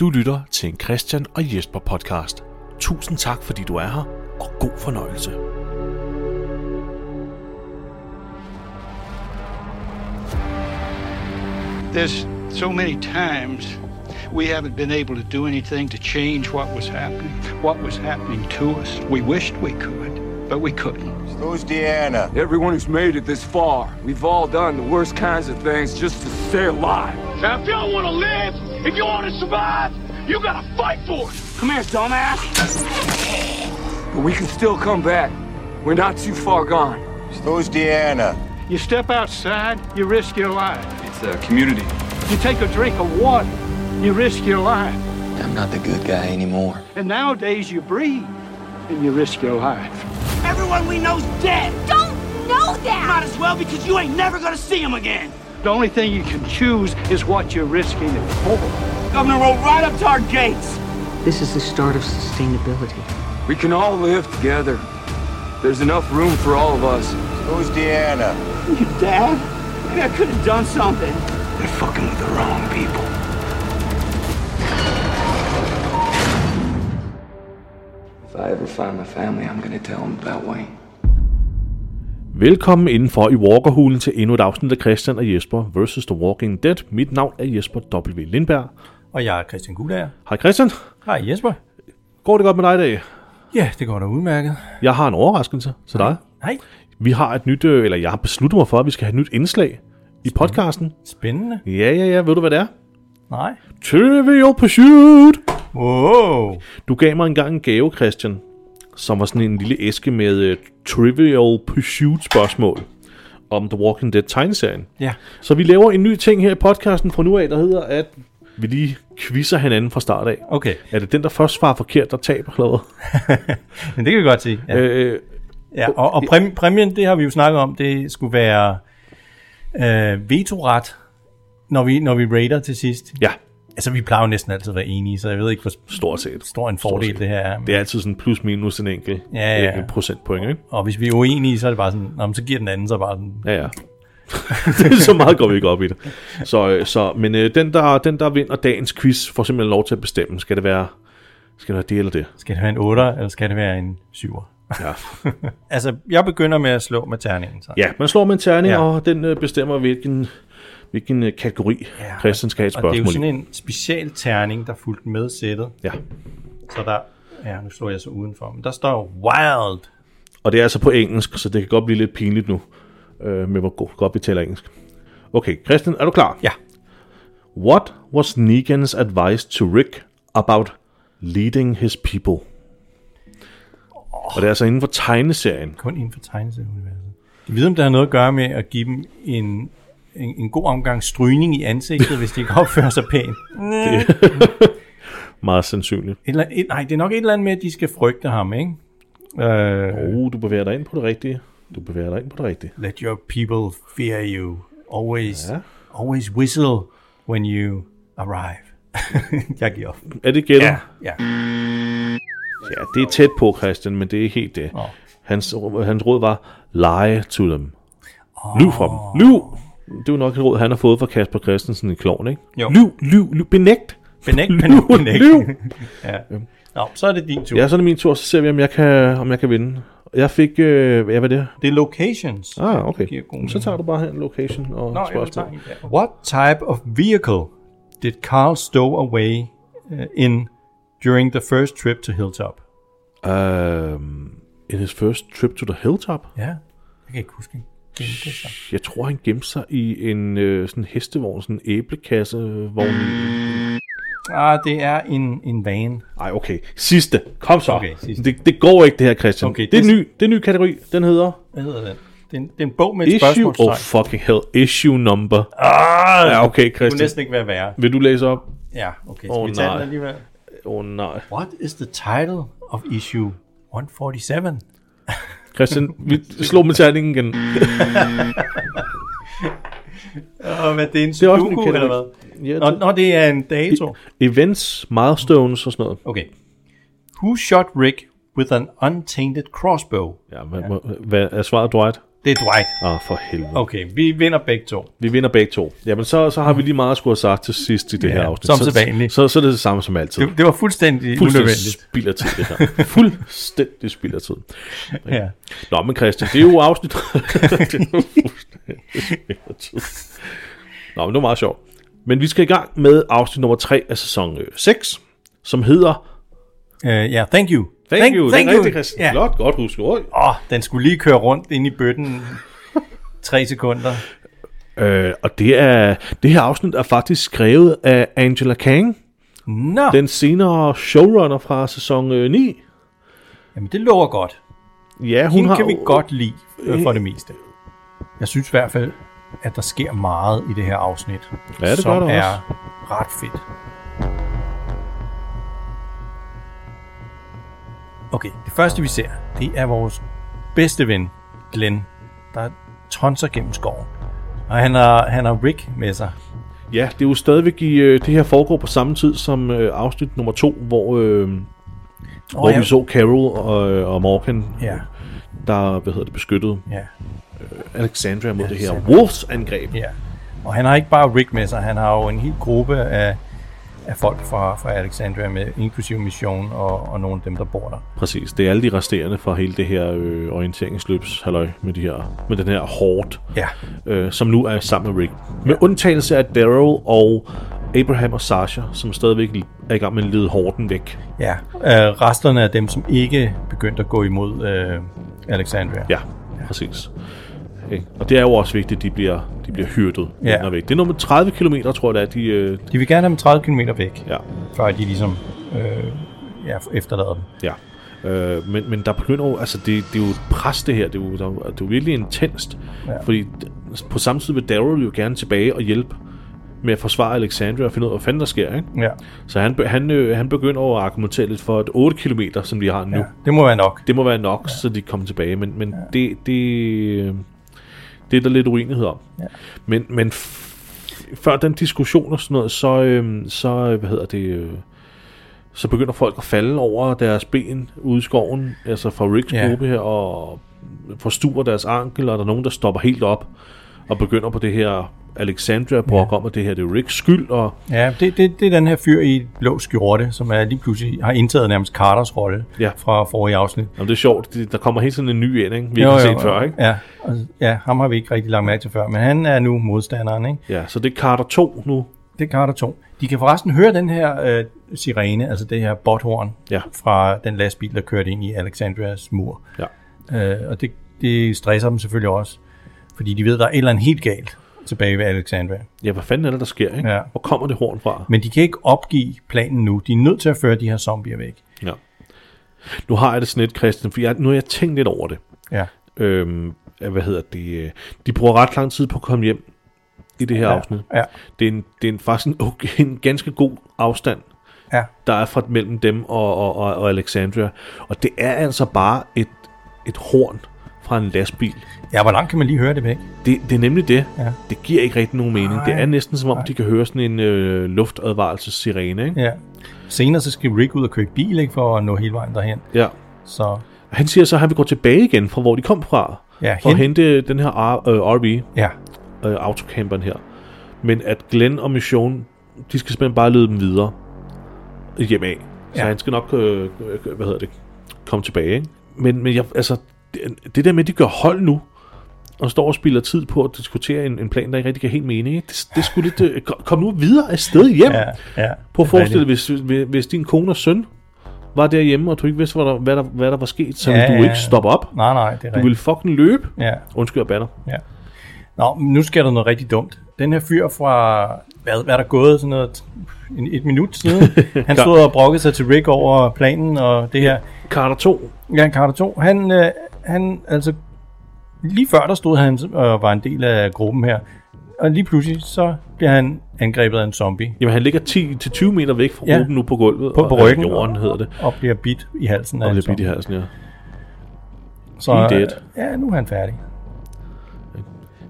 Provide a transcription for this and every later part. Du lytter til en Christian og Jesper podcast. Tusind tak, fordi du er her, og god fornøjelse. There's so many times we haven't been able to do anything to change what was happening, what was happening to us. We wished we could, but we couldn't. Who's Deanna? Everyone who's made it this far, we've all done the worst kinds of things just to stay alive. Now, if y'all want to live, if you want to survive, you gotta fight for it. Come here, dumbass. But we can still come back. We're not too far gone. Who's Deanna? You step outside, you risk your life. It's a community. You take a drink of water, you risk your life. I'm not the good guy anymore. And nowadays you breathe and you risk your life. Everyone we know's dead. don't know that! Might as well because you ain't never gonna see him again. The only thing you can choose is what you're risking it for. Governor rolled right up to our gates. This is the start of sustainability. We can all live together. There's enough room for all of us. Who's Deanna? Your dad? Maybe I could have done something. They're fucking with the wrong people. If I ever find my family, I'm gonna tell them about Wayne. Velkommen indenfor i Walkerhulen til endnu et afsnit af Christian og Jesper vs. The Walking Dead. Mit navn er Jesper W. Lindberg. Og jeg er Christian Gulager. Hej Christian. Hej Jesper. Går det godt med dig i dag? Ja, det går da udmærket. Jeg har en overraskelse til dig. Hej. Vi har et nyt, øh, eller jeg har besluttet mig for, at vi skal have et nyt indslag i podcasten. Spændende. Ja, ja, ja. Ved du, hvad det er? Nej. Trivial Pursuit! Wow. Du gav mig engang en gave, Christian, som var sådan en lille æske med øh, Trivial Pursuit-spørgsmål om The Walking Dead tegneserien. Ja. Så vi laver en ny ting her i podcasten fra nu af, der hedder, at vi lige quizzer hinanden fra start af. Okay, Er det den, der først svarer forkert, der taber eller hvad? men det kan vi godt se. Ja. Øh, Ja, og og præm, præmien, det har vi jo snakket om, det skulle være øh, vetoret, når vi, når vi raider til sidst. ja, Altså, vi plejer jo næsten altid at være enige, så jeg ved ikke, hvor stort set. stor en fordel det her er. Det er altid sådan plus minus en enkelt Ja, ja. enkelt procentpoint, ikke? Og hvis vi er uenige, så er det bare sådan, nå, men så giver den anden så bare sådan, Ja, ja. så meget går vi ikke op i det. Så, øh, så, men øh, den, der, den, der vinder dagens quiz, får simpelthen lov til at bestemme, skal det være, skal det, være det eller det? skal det være en 8'er, eller skal det være en 7'er? Ja, Altså, jeg begynder med at slå med terningen, så. ja man slår med en terning, ja. Ja. og den øh, bestemmer, hvilken, hvilken øh, kategori ja, Christian skal have et Og det er spørgsmål jo i. sådan en special terning, der fulgte med sættet. Ja, Så der, ja, nu slår jeg så udenfor, men der står wild. og det er altså på engelsk, så det kan godt blive lidt pinligt nu, øh, med hvor go- godt vi taler engelsk. Okay, Christian, er du klar? Ja. What was Negan's advice to Rick about leading his people? Og det er altså inden for tegneserien. Kun inden for tegneserieuniverset. Jeg ved, om det har noget at gøre med at give dem en, en, en god omgang strygning i ansigtet, hvis de ikke opfører sig pænt. Meget sandsynligt. Et eller, et, nej, det er nok et eller andet med, at de skal frygte ham, ikke? Uh, Uh, du bevæger dig ind på det rigtige. Du bevæger dig ind på det rigtige. let your people fear you. Always, Ja. ja. always whistle when you arrive. jeg giver op. Er det gættet? Ja. ja, det er tæt på, Christian, men det er ikke helt det. Nå. Hans, hans råd var, lie to them. Lyv fra dem. Lyv! Det er jo nok et råd, han har fået fra Kasper Christensen i Kloven, ikke? Jo. Lyv, lyv, lyv. Benægt. Benægt, benægt, Lyv, benægt. lyv. Nå, så er det din tur. Ja, så er det min tur, så ser vi, om jeg kan, om jeg kan vinde. Jeg fik, øh, hvad var det? Det er locations. Ah, okay. giver god Så tager du bare her en location og Nå, jeg spørgsmål. What type of vehicle did Carl stow away uh, in during the first trip to Hilltop? Øhm, in his first trip to the hilltop. Ja, jeg kan ikke huske. Gemte sig. Jeg tror, han gemte sig i en øh, sådan hestevogn, sådan en æblekassevogn. Ah, det er en, en van. Ej, okay. Sidste. Kom så. Okay, sidste. Det, det går ikke, det her, Christian. Okay, det, er det- ny, det er ny kategori. Den hedder Hvad hedder den? Det er en, det er en bog med et Issue... Oh, spørgsmålstegn. fucking hell. Issue number. Ah, Ja, okay, det kunne Christian. næsten ikke være værre. Vil du læse op? Ja, okay. Skal Åh, oh, vi tage nej. den alligevel? Åh, oh, nej. What is the title of issue 147? Christian, vi slog med terningen igen. Og hvad, det er en Ah. Det er også en sudoku, eller hvad? kategori. Ja, Nå, det- nå, det er en dato. Events, milestones og sådan noget. Okay. Who shot Rick with an untainted crossbow? Ja, hvad, ja. hvad er svaret, Dwight? Det er Dwight. Ah, for helvede. Okay, vi vinder begge to. Vi vinder begge to. Jamen, så, så har vi lige meget at skulle have sagt til sidst i det Ja, her afsnit. som Så- sædvanligt. Så, så, er det det samme som altid. Det, det var fuldstændig, Fuldstændig unødvendigt. spild af tid, det her. Fuldstændig spild af tid. Ja. Nå, men Christian, det er jo afsnit. det er jo fuldstændig spild af tid. Nå, men det var meget sjovt. Men vi skal i gang med afsnit nummer 3 af sæson 6, som hedder... Uh, ja, thank you. Thank, you, thank den you. rigtige, Christian. Ja. Flot, godt husket. Oj. Åh, den skulle lige køre rundt inde i bøtten. Tre sekunder. Øh, og det, er, det her afsnit er faktisk skrevet af Angela Kang, Nå, den. den senere showrunner fra sæson øh, 9. Jamen, det lover godt. Ja, hun Hun har kan vi jo- godt lide øh, for det meste. Jeg synes i hvert fald, at der sker meget i det her afsnit, Ja, det gør som der også. er ret fedt. Okay, det første vi ser, det er vores bedste ven, Glenn, der tonser gennem skoven. Og han har, han har Rick med sig. Ja, det er jo stadigvæk i, øh, det her foregår på samme tid som øh, afsnit nummer to, hvor, øh, oh, hvor ja. vi så Carol og, øh, og Morgan, Ja, der hvad hedder det, beskyttede ja. Alexandria mod det her Wolves-angreb. Ja, og han har ikke bare Rick med sig, han har jo en hel gruppe af, af folk fra, fra Alexandria med, inklusive Mission og, og nogle af dem, der bor der. Præcis, det er alle de resterende fra hele det her øh, orienteringsløbs halløj med, de her, med den her hårdt, Ja. øh, som nu er sammen med Rick. Med undtagelse af Daryl og Abraham og Sasha, som stadigvæk er i gang med at lede hården væk. Ja, øh, resterne af dem, som ikke begyndte at gå imod øh, Alexandria. Ja, præcis. Ikke? Og det er jo også vigtigt, at de bliver, de bliver hyrdet. Ja. Ja. Væk. Det er nummer 30 km, tror jeg, det er. De, øh, De vil gerne have dem 30 km væk, ja, før de ligesom øh, ja, efterlader dem. ja. Øh, men, men der begynder jo, altså det, det er jo et pres det her, det er jo, der, det er jo virkelig intenst, ja. fordi d- på samme tid vil Daryl jo gerne tilbage og hjælpe med at forsvare Alexandria og finde ud af, hvad fanden der sker, ikke? Ja. Så han, be- han, øh, han begynder over at argumentere lidt for, at 8 km, som de har nu, ja, det må være nok. det må være nok, ja. så de kommer tilbage. Men, men ja. det, det, det er der lidt uenighed om. Ja. Men, men f- før den diskussion og sådan noget, så, øhm, så øh, hvad hedder det, øh, så begynder folk at falde over deres ben ude i skoven, altså fra Ricks Ja. ja. gruppe her, og forstuer deres ankel, og der er nogen, der stopper helt op og begynder på det her Alexandria-brok ja. om, at det her det er Ricks skyld, og Ja, det, det, det er den her fyr i blå skjorte, som er lige pludselig har indtaget nærmest Carters rolle Ja. fra forrige afsnit. jamen, det er sjovt, det, der kommer helt sådan en ny ind, ikke? vi har ikke set før, ikke? Ja, og, ja, ham har vi ikke rigtig lagt mærke til før, men han er nu modstanderen, ikke? Ja, så det er Carter 2 nu, Det er Carter 2. De kan forresten høre den her øh, sirene, altså det her botthorn Ja. fra den lastbil, der kørte ind i Alexandrias mur. Ja. Øh, og det, det stresser dem selvfølgelig også, fordi de ved, der er et eller andet helt galt tilbage ved Alexandria. Ja, hvad fanden er det, der sker, ikke? Ja. Hvor kommer det horn fra? Men de kan ikke opgive planen nu. De er nødt til at føre de her zombier væk. Ja. Nu har jeg det sådan lidt, Christian, for jeg, nu har jeg tænkt lidt over det. Ja. Øhm, at, hvad hedder det? øh, De bruger ret lang tid på at komme hjem i det her ja. afsnit. Ja. Det er, en, det er en, faktisk en, okay, en ganske god afstand, Ja. der er fra mellem dem og, og, og, og Alexandria. Og det er altså bare et, et horn fra en lastbil. Ja, hvor langt kan man lige høre det væk? Det, det er nemlig det. Ja. Det giver ikke rigtig nogen mening. Det Nej. er næsten som om, de kan høre sådan en øh, luftadvarelses-sirene, ikke? Ja. Senere så skal Rick ud og købe bil, ikke, for at nå hele vejen derhen. Ja. Så Han siger så, at han vil gå tilbage igen fra, hvor de kom fra, Ja, for at hen- hente den her R- øh, RV, ja, øh, autocamperen her. Men at Glenn og Mission, de skal simpelthen bare lede dem videre hjem af. Så Ja. ja. han skal nok, øh, øh, hvad hedder det, komme tilbage. Ikke? Men, men jeg, altså, det, det der med, at de gør hold nu, og står og spilder tid på at diskutere en, en plan, der ikke rigtig giver helt mening. ikke? Det, det skulle lidt... Øh, kom- kom nu videre af sted hjem. ja, ja. Prøv at forestille dig, hvis, hvis, hvis din kone og søn var derhjemme, og du ikke vidste, hvad der, hvad der, hvad der var sket, så Ja, ville du ja. ikke stoppe op. Nej, nej, det er Du ville rigtigt. fucking løbe. Ja. Undskyld, jeg banner. Ja. Nå, men nu sker der noget rigtig dumt. Den her fyr fra, hvad, hvad er der gået, sådan noget, en, et minut siden, han Ja. stod og brokkede sig til Rick over planen og det her. Carter 2. Jan Carter 2, han, øh, han altså, lige før der stod han og var en del af gruppen her, og lige pludselig så bliver han angrebet af en zombie Jamen, han ligger 10-20 meter væk fra Ja. ja. gruppen nu på gulvet. på, og- på eller ryggen, Jorden hedder det. og bliver bidt i halsen af Og en det er bidt i zombie. halsen, ja. Så, He øh, dead. ja, nu er han færdig.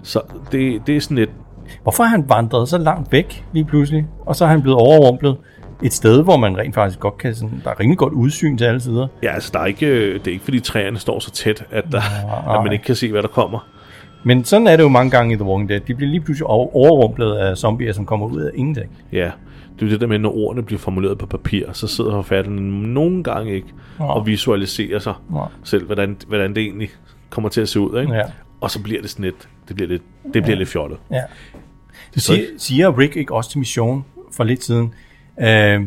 Så det, det er sådan et... Hvorfor har han vandret så langt væk lige pludselig? Og så er han blevet overrumplet et sted, hvor man rent faktisk godt kan... Sådan, der er rimelig godt udsyn til alle sider. Ja, altså, der er ikke, øh, det er ikke, fordi træerne står så tæt, at, der, at man ikke kan se, hvad der kommer. Men sådan er det jo mange gange i The Walking Dead. De bliver lige pludselig over- overrumplet af zombier, som kommer ud af ingenting. Ja, det er jo det der med, når ordene bliver formuleret på papir, så sidder forfatteren nogle gange ikke Nå. og visualiserer sig Nå. selv, hvordan, hvordan det egentlig kommer til at se ud. Ikke? Ja. Og så bliver det sådan lidt, det bliver lidt, det bliver lidt fjollet. Ja. Det siger, siger Rick ikke også til Mission for lidt siden, øh,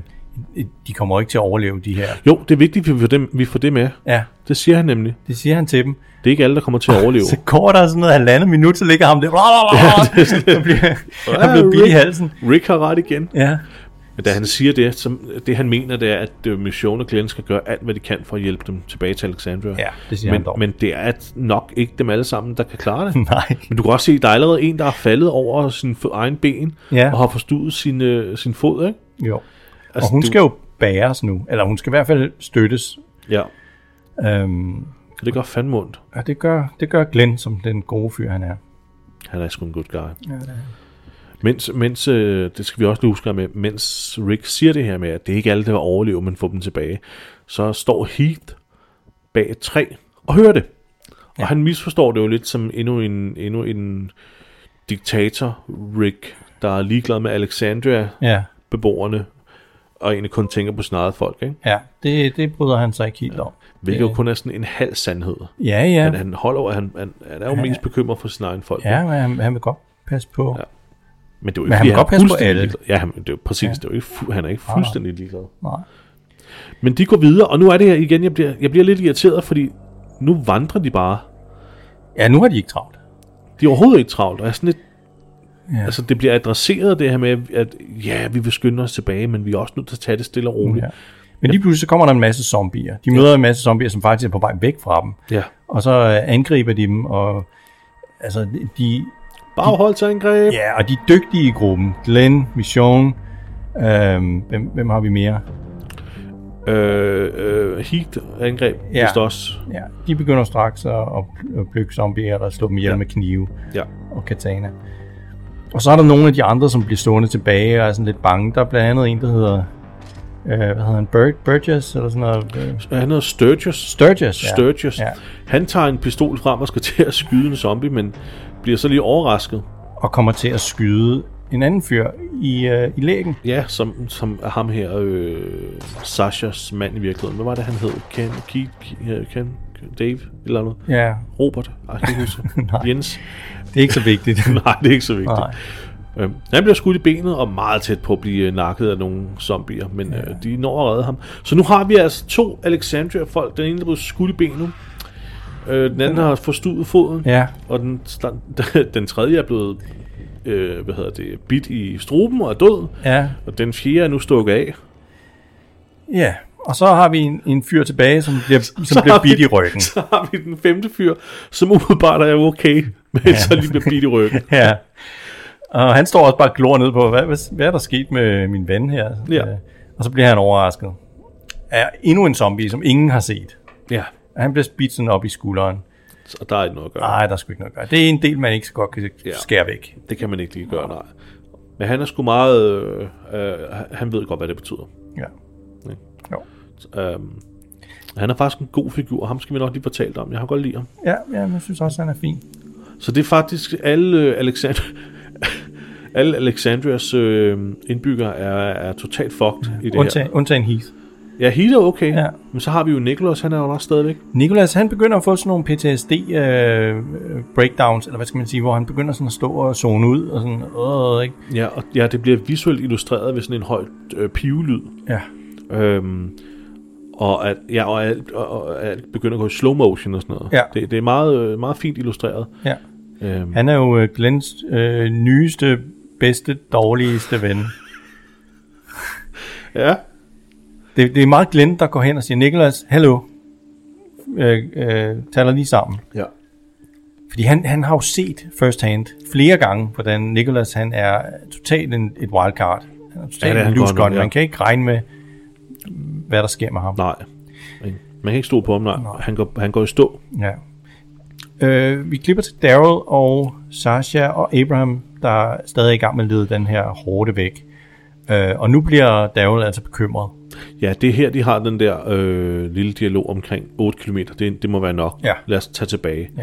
de kommer ikke til at overleve de her. Jo, det er vigtigt, at vi får det, vi får det med. Ja, Det siger han nemlig. det siger han til dem. Det er ikke alle, der kommer til at overleve. Så går der sådan noget halvandet minut, så ligger ham der. Ja, det bliver, han bliver bidt i halsen. Rick har ret igen. Ja. Men da han siger det, så det han mener, det er, at øh, Mission og Glenn skal gøre alt, hvad de kan for at hjælpe dem tilbage til Alexandria. Ja, det siger men, han dog. Hmm. Men det er nok ikke dem alle sammen, der kan klare det. Nej. Men du kan også se, at der er allerede en, der er faldet over sin f- egen ben, Ja. og har forstudet sin, øh, sin fod, ikke? Jo. Altså, og hun du- du... skal jo bæres nu. Eller hun skal i hvert fald støttes. Ja. Øhm, Og det gør fandme ondt. og det gør, det gør Glenn, som den gode fyr, han er. Han er sgu en good guy. Ja, mens, mens øh, det skal vi også lige huske med, mens Rick siger det her med, at det er ikke alle, der vil overleve, men får dem tilbage, så står Heath bag et træ og hører det. Og han misforstår det jo lidt som endnu en, endnu en diktator, Rick, der er ligeglad med Ja. Alexandria-beboerne, og egentlig kun tænker på sin eget folk, ikke? Ja, det, det bryder han sig ikke helt om. Øh, Hvilket jo kun er sådan en halv sandhed. Ja, Ja. ja. Men han holder over, han, han, han er jo mest bekymret for sin egen folk. Ja, men han, han vil godt passe på. Ja. Men det er jo ikke, Men han fordi må godt passe på fuldstændig alle. ligeglad. Ja, han, det er jo præcis. Ja. Det er jo ikke, fu- han er ikke fuldstændig ligeglad. Nej. Men de går videre, og nu er det her igen, jeg bliver, jeg bliver lidt irriteret, fordi nu vandrer de bare. Ja, nu har de ikke travlt. De er overhovedet ikke travlt, og er sådan lidt, Ja. Altså, det bliver adresseret det her med, at ja, vi vil skynde os tilbage, men vi er også nødt til at tage det stille og roligt. Ja. Men lige pludselig så kommer der en masse zombier. De møder en masse zombier, som faktisk er på vej væk fra dem. Ja. Og så øh, angriber de dem, og altså, de, Bagholdsangreb. Ja. ja, og de er dygtige i gruppen. Glenn, Mission, øhm, hvem, hvem har vi mere? Øh, øh, Heat-angreb, ja. Ja. vist også. Ja, de begynder straks at, at at plukke zombier og slå dem ihjel Ja. ja. med knive Ja. og katana. Og så er der nogle af de andre, som bliver stående tilbage og er sådan lidt bange. Der er blandt andet en, der hedder... Øh, hvad hedder han? Bur- Burgess eller sådan noget? Øh, Han hedder Sturgis. Sturgis. ja. Sturgis. Ja. Han tager en pistol frem og skal til at skyde en zombie, men bliver så lige overrasket. og kommer til at skyde en anden fyr i, øh, i lægen. Ja, som, som er ham her, øh, Sashas mand i virkeligheden. Hvad var det, han hed? Ken, Keith, Ke- Ken, Dave, et eller andet. Ja. Robert, Ej, jeg kan ikke huske. Nej. Jens. Det er ikke så vigtigt. Nej, det er ikke så vigtigt. Nej. Øhm, han bliver skudt i benet og meget tæt på at blive øh, nakket af nogle zombier, men ja. øh, de når at redde ham. Så nu har vi altså to Alexandria-folk. Den ene, der blev skudt i benet. Øh, den anden har forstudet foden. Ja. Og den, sta- den tredje er blevet øh, hvad hedder det, bit i struben og er død. Ja. Og den fjerde er nu stukket af. Ja. Og så har vi en, en fyr tilbage, som bliver, som bliver har vi- bidt i ryggen. Så har vi den femte fyr, som umiddelbart er okay, men ja. så lige bliver bidt i ryggen. Ja. Og han står også bare og glor ned på, hvad, hvad, hvad er der sket med min ven her? Ja. Øh, Og så bliver han overrasket. Er endnu en zombie, som ingen har set. Ja. Og han bliver spidt sådan op i skulderen. Så der er ikke noget at gøre. Nej, der skulle ikke noget at gøre. Det er en del, man ikke så godt kan Ja. skære væk. Det kan man ikke lige gøre, nej. Men han er sgu meget... Øh, øh, han ved godt, hvad det betyder. Ja. Jo. Øhm, han er faktisk en god figur, og ham skal vi nok lige fortælle om. Jeg har godt lide ham. Ja, ja, men jeg synes også, han er fin. Så det er faktisk alle øh, Alexander... alle Alexandrias øh, indbyggere er, er totalt fucked i det her. Undtagen, undtagen Heath. Ja, Heath er okay, ja. Ja. men så har vi jo Nicholas, han er jo nok stadigvæk. Nikolas, han begynder at få sådan nogle PTSD-breakdowns, øh, eller hvad skal man sige, hvor han begynder sådan at stå og zone ud, og sådan, øh, ikke? Ja, og ja, det bliver visuelt illustreret ved sådan en høj øh, pivelyd. Ja. Øhm, og at, ja, og alt, og, og alt begynder at gå i slow motion og sådan noget. Ja. Det, det er meget, øh, meget fint illustreret. ja. Øhm, Han er jo øh, Glens øh, nyeste, bedste, dårligste ven. ja. Det, det er meget Glenn, der går hen og siger, Nikolas, hallo, øh, øh, taler lige sammen. ja. Fordi han, han har jo set first hand flere gange, hvordan Nikolas han er totalt en, et wildcard. Han Ja, er totalt det er ja, en han loose godt nok, gun. ja. Man kan ikke regne med, hvad der sker med ham. Nej. Ikke? Man kan ikke stå på ham, nej. Han går, han går i stå. Ja. Øh, vi klipper til Daryl og Sasha og Abraham, der er stadig i gang med at lede den her hårde væk. Øh, og nu bliver Daryl altså bekymret. Ja, det er her, de har den der øh, lille dialog omkring 8 km. Det, det må være nok. Ja. Lad os tage tilbage. Ja.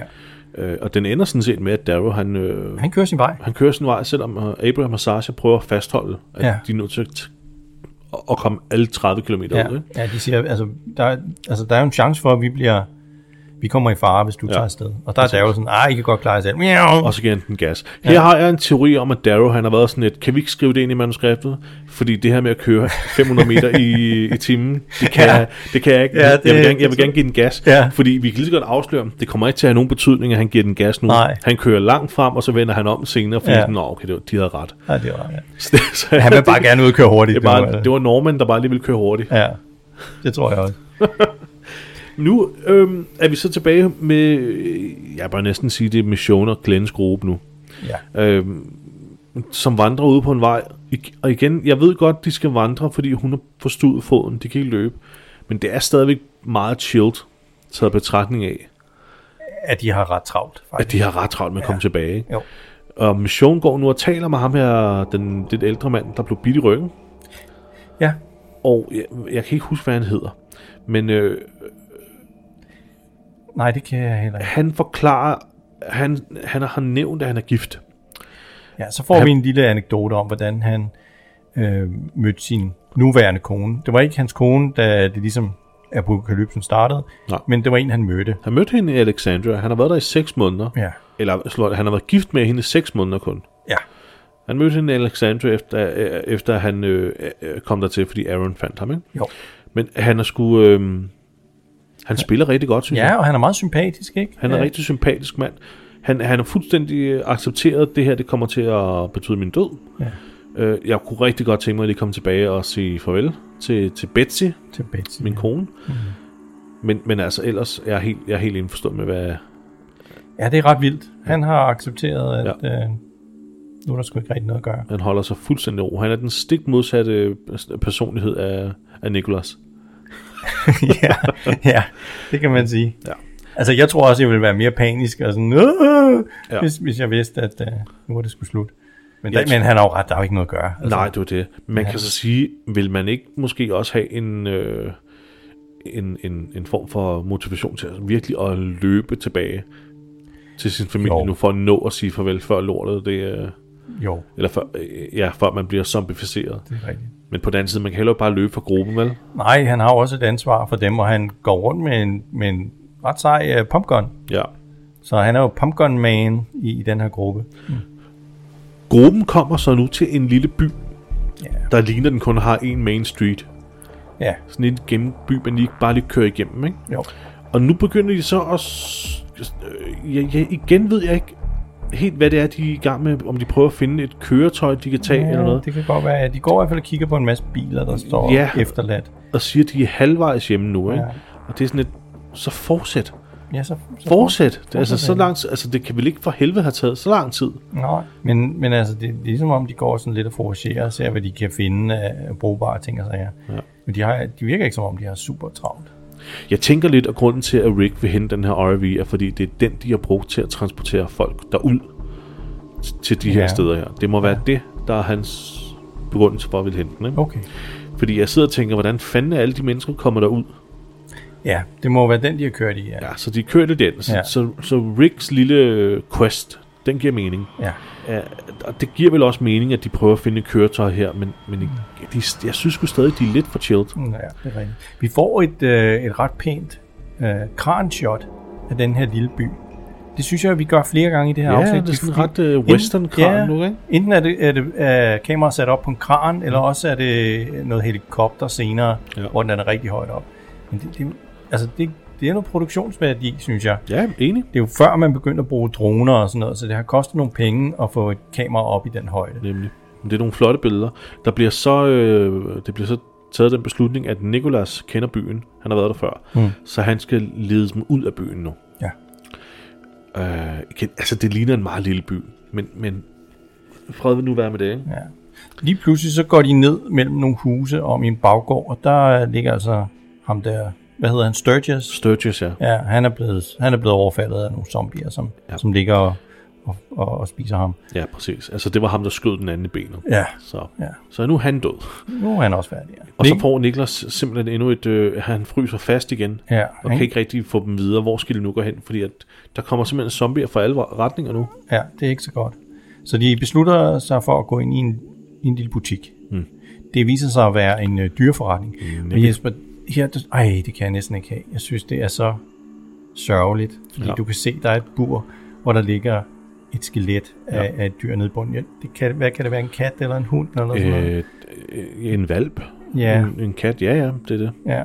Øh, og den ender sådan set med, at Darrow, han, øh, Han kører sin vej. han kører sin vej, selvom øh, Abraham og Sasha prøver at fastholde, at Ja. ja. de er nødt til at, at- at komme alle 30 km Ja, ud. Ikke? ja de siger, altså der, er- altså, der er jo en chance for, at vi bliver vi kommer i fare, hvis du ja. tager afsted. Og der er Daryl sådan, ah, I kan godt klare jer selv. Miau. Og så giver han den gas. Her ja. har jeg en teori om, at Darrow han har været sådan et, kan vi ikke skrive det ind i manuskriptet? Fordi det her med at køre 500 meter i, i timen, det kan, ja. jeg, det kan jeg ikke. Ja, Ja, det, det- jeg, vil gerne, jeg vil gerne give den gas. Ja. Fordi vi kan lige så godt afsløre, det kommer ikke til at have nogen betydning, at han giver den gas nu. Nej. Han kører langt frem, og så vender han om senere, fordi Ja. ja. Nå, okay, det var, de havde ret. Nej, det var, ja. Så, det- så, Han vil bare det- gerne ud og køre hurtigt. Det nu, var, altså. det var Norman, der bare lige ville køre hurtigt. Ja, det tror jeg også. Nu øhm, er vi så tilbage med, øh, jeg bør næsten sige, det er med Sean og Glens gruppe nu, Ja. øhm, som vandrer ude på en vej. I- Og igen, jeg ved godt, de skal vandre, fordi hun har forstudet foden, de kan ikke løbe. Men det er stadigvæk meget chilled, taget i betragtning af, At de har ret travlt, at faktisk. de har ret travlt med at komme tilbage. ikke? Jo. Og Mission går nu og taler med ham her, den lidt ældre mand, der blev bidt i ryggen. Ja. Og jeg, jeg kan ikke huske, hvad han hedder. Men øh, Nej, det kan jeg heller ikke. han forklarer, han, han har nævnt, at han er gift. Ja, så får han... vi en lille anekdote om, hvordan han øh, mødte sin nuværende kone. Det var ikke hans kone, da det ligesom apokalypsen startede, Nej. men det var en, han mødte. Han mødte hende i Alexandria. Han har været der i 6 måneder. Ja. Eller slår, han har været gift med hende i 6 måneder kun. Ja. Han mødte hende i Alexandria, efter, øh, efter han øh, øh, kom dertil, fordi Aaron fandt ham. Ikke? Jo. Men han er sgu... Øh, han spiller rigtig godt, synes Ja, jeg. og han er meget sympatisk, ikke? Han er ja. en rigtig sympatisk mand. Han, han har fuldstændig øh, accepteret, at det her det kommer til at betyde min død. Ja. Øh, jeg kunne rigtig godt tænke mig at lige komme tilbage og sige farvel til, til Betsy, til Betsy. min kone. Mhm. Mm. Men, men altså ellers, jeg er helt, jeg er helt indforstået med, hvad, Ja, det er ret vildt. Han har accepteret, at Ja. ja. øh, nu er der sgu ikke rigtig noget at gøre. Han holder sig fuldstændig ro. Han er den stik modsatte øh, personlighed af, af Nicholas. ja, ja, det kan man sige. Ja. Altså, jeg tror også, jeg ville være mere panisk og sådan, "Åh!" Ja. hvis, hvis jeg vidste, at øh, nu var det skulle slut. Men, Jeg der, men han har jo ret, der er jo ikke noget at gøre. Altså, Nej, det er det. Man kan så sige, vil man ikke måske også have en, øh, en, en, en form for motivation til at virkelig at løbe tilbage til sin familie Jo. jo. nu, for at nå at sige farvel, før lortet det, øh, Jo, eller før, øh, ja, før man bliver zombificeret. det er rigtigt. Men på den anden side, man kan heller ikke bare løbe fra gruppen, vel? Nej, han har jo også et ansvar for dem, og han går rundt med en, med en ret sej uh, pumpgun. Ja. Så han er jo pumpgun man i, i den her gruppe. Gruppen kommer så nu til en lille by, Ja. der ligner, den kun har en main street. Ja, Sådan en gennemby, man lige, bare lige kører igennem, ikke? jo. Og nu begynder de så også... Øh, jeg, jeg, igen ved jeg ikke helt, hvad det er, de er i gang med. Om de prøver at finde et køretøj, de kan tage ja, eller Ja, noget. det kan godt være. ja. De går i hvert fald og kigger på en masse biler, der står Ja. efterladt. Og siger, at de er halvvejs hjemme nu, ikke? Ja. Og det er sådan et... Så fortsæt. Ja, så, så Fortsæt. Det, er altså, fortsæt så det. lang, tid- altså, det kan vel ikke for helvede have taget så lang tid. Nej, men, men altså, det, det er ligesom om, de går sådan lidt og foragerer og ser, hvad de kan finde af brugbare ting og sager. Ja. Men de, har, de virker ikke som om, de har super travlt. Jeg tænker lidt, at grunden til, at Rick vil hente den her RV, er fordi det er den, de har brugt til at transportere folk derud t- til de her Ja. steder her. Det må være det, der er hans begrundelse for at ville hente den, ikke? Okay. Fordi jeg sidder og tænker, hvordan fanden er alle de mennesker kommet derud? Ja, det må være den, de har kørt i. Ja. Ja, så de kørte den. Så, Ja. ja. så, så Ricks lille øh, quest, den giver mening. ja. Ja, og det giver vel også mening, at de prøver at finde et køretøj her, men, men i- de, jeg synes sgu stadig, de er lidt for chilled. Mm, ja det er rigtigt. Vi får et, øh, et ret pænt øh, kranshot af den her lille by. Det synes jeg, vi gør flere gange i det her Ja, afsnit. det er sådan fordi- ret, øh, western-kran ja, nu, ikke? Mm. Enten er det, er det er kameraet sat op på en kran, eller også er det noget helikopter senere, ja. Ja. hvor den er rigtig højt op. Men det, det, altså det, det er noget produktionsværdi, synes jeg. Ja, enig. Det er jo før, man begyndte at bruge droner og sådan noget, så det har kostet nogle penge at få et kamera op i den højde. Nemlig. Men Det er nogle flotte billeder. Der bliver så, øh, det bliver så taget den beslutning, at Nikolas kender byen. Han har været der før. Mm. Så han skal lede dem ud af byen nu. Ja. Øh, igen, altså, det ligner en meget lille by. Men, men fred vil nu være med det, ikke? Ja. Lige pludselig så går de ned mellem nogle huse om i en baggård, og der ligger altså ham der, hvad hedder han, Sturgis? Sturgis, ja. Ja, han er blevet, han er blevet overfaldet af nogle zombier, som, ja. som ligger og, og, og, og spiser ham. Ja, præcis. Altså, det var ham, der skød den anden i benet. Ja. Så, Ja. så nu er han død. Nu er han også færdig. Ja. Og så får Niklas simpelthen endnu et... Øh, han fryser fast igen, Ja, og kan ikke? ikke rigtig få dem videre. Hvor skal de nu gå hen? Fordi at der kommer simpelthen zombier fra alle retninger nu. Ja, det er ikke så godt. Så de beslutter sig for at gå ind i en, i en lille butik. Mm. Det viser sig at være en øh, dyreforretning. Mm, og Jesper, her, det, ej, det kan jeg næsten ikke have. Jeg synes, det er så sørgeligt. Fordi Ja. ja. du kan se, der er et bur, hvor der ligger et skelet af, ja. af et dyr nede i bunden. Ja, det kan, hvad kan det være? En kat eller en hund? Eller sådan noget? Øh, øh, en valp. Ja. En, en kat. Ja, ja, det er det. Ja.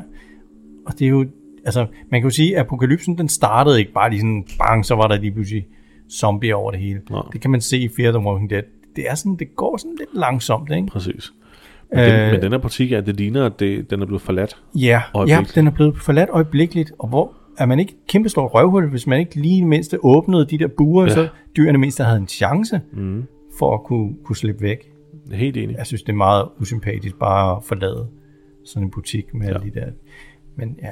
Og det er jo, altså, man kan jo sige, at apokalypsen, den startede ikke bare lige sådan, bang, så var der lige pludselig zombier over det hele. Nej. Det kan man se i Fear the Walking Dead. Det er sådan, det går sådan lidt langsomt, ikke? Præcis. Men, øh, den, Øh. men den her butik, ja, det ligner, at det, den er blevet forladt. Ja, ja, Øjeblikkeligt. den er blevet forladt øjeblikkeligt, og hvor er man ikke et kæmpe stort røvhul, hvis man ikke lige i det mindste åbnede de der buer, Ja. ja. så dyrene mindst havde en chance mm. for at kunne, kunne slippe væk. Helt enig. Jeg synes, det er meget usympatisk bare at forlade sådan en butik med ja. alle de der... Men ja,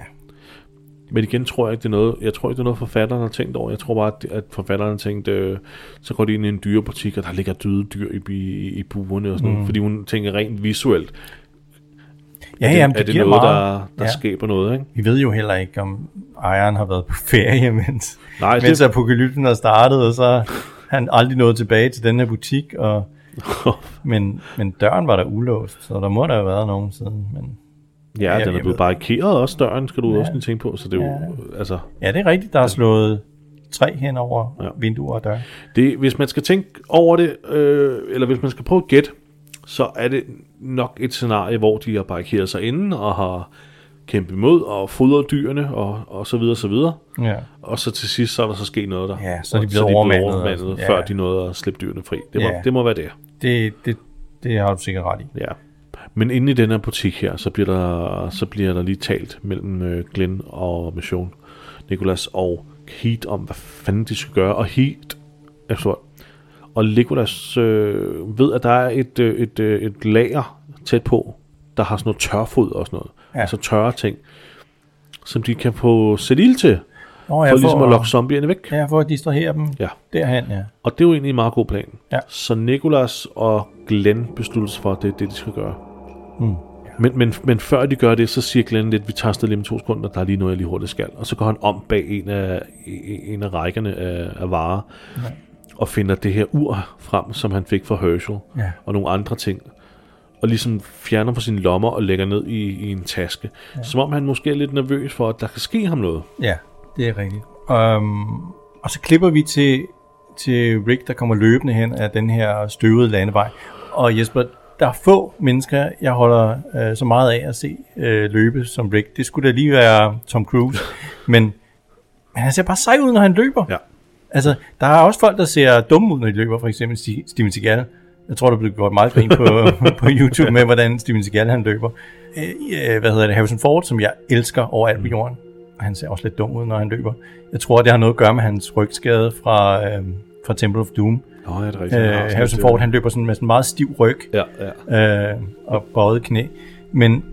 Men igen tror jeg ikke, det er noget, jeg tror ikke, det er noget forfatteren har tænkt over. Jeg tror bare, at, at forfatteren har tænkt, øh, så går de ind i en dyrebutik, og der ligger døde dyr i, i, i buerne og sådan mm. noget, fordi hun tænker rent visuelt. ja, er det, jamen, er det giver noget, meget. der, der ja. skaber noget, ikke? Vi ved jo heller ikke, om ejeren har været på ferie, mens, Nej, Nej, det- mens det... apokalypsen er startet, og så er han aldrig nået tilbage til den her butik. Og, men, men døren var der ulåst, så der må der have været nogen siden. Men, ja, Ja, den er jeg blevet ved. barrikeret også, døren skal du ja. også lige tænke på, så det er jo, altså, ja, det er rigtigt, der er slået tre hen over Ja. ja. vinduer og dør. det, hvis man skal tænke over det, øh, eller hvis man skal prøve at gætte, så er det nok et scenarie, hvor de har barrikeret sig inden, og har kæmpet imod, og fodret dyrene, og, og så videre, så videre. Ja. Og så til sidst, så er der så sket noget der. Ja, så er de Og blevet overmandet og overmandet, sådan. før Ja. de nåede at slippe dyrene fri. Det må, Ja. det må være det. Det, det, det har du sikkert ret i. Ja. Men inde i den her butik her, så bliver der, så bliver der lige talt mellem øh, Glenn og Mission, Nicolas og Heat om, hvad fanden de skal gøre. Og Heat er sort. Og Nicolas øh, ved, at der er et, øh, et, øh, et lager tæt på, der har sådan noget tørfod og sådan noget. Ja. Ja. Altså tørre ting, som de kan få sæt ild til, Nå, for ligesom at lokke zombierne væk. ja, for at distrahere dem Ja. derhen, ja. Og det er jo egentlig en meget god plan. Ja. Så Nikolas og Glenn beslutter sig for, at det er det, de skal gøre. Mm. Men, men, men før de gør det, så siger Glenn lidt, vi tager afsted lige om to sekunder, der er lige noget, jeg lige hurtigt skal. Og så går han om bag en af, en af rækkerne af, af varer, og finder det her ur frem, som han fik fra Herschel, Ja. og nogle andre ting. Og ligesom fjerner fra sine lommer og lægger ned i, i en taske. Ja. Som om han måske er lidt nervøs for, at der kan ske ham noget. Ja, det er rigtigt. Um, og så klipper vi til, til Rick, der kommer løbende hen af den her støvede landevej. Og Jesper, der er få mennesker, jeg holder øh, så meget af at se øh, løbe som Rick. Det skulle da lige være Tom Cruise. Men, men han ser bare sej ud, når han løber. Ja. Altså, der er også folk, der ser dumme ud, når de løber. For eksempel Sti- Steven Seagal. Jeg tror, der blev gjort meget grin på, på YouTube med, hvordan Steven Seagal han løber. Øh, øh, hvad hedder det? Harrison Ford, som jeg elsker overalt Mm. på jorden. Og han ser også lidt dum ud, når han løber. Jeg tror, det har noget at gøre med hans rygskade fra, øh, fra Temple of Doom. Nå, ja, det er rigtigt. Øh, Han har også Harrison lidt, Ford, han løber sådan med sådan en meget stiv ryg Ja, ja. øh, og bøjet knæ. Men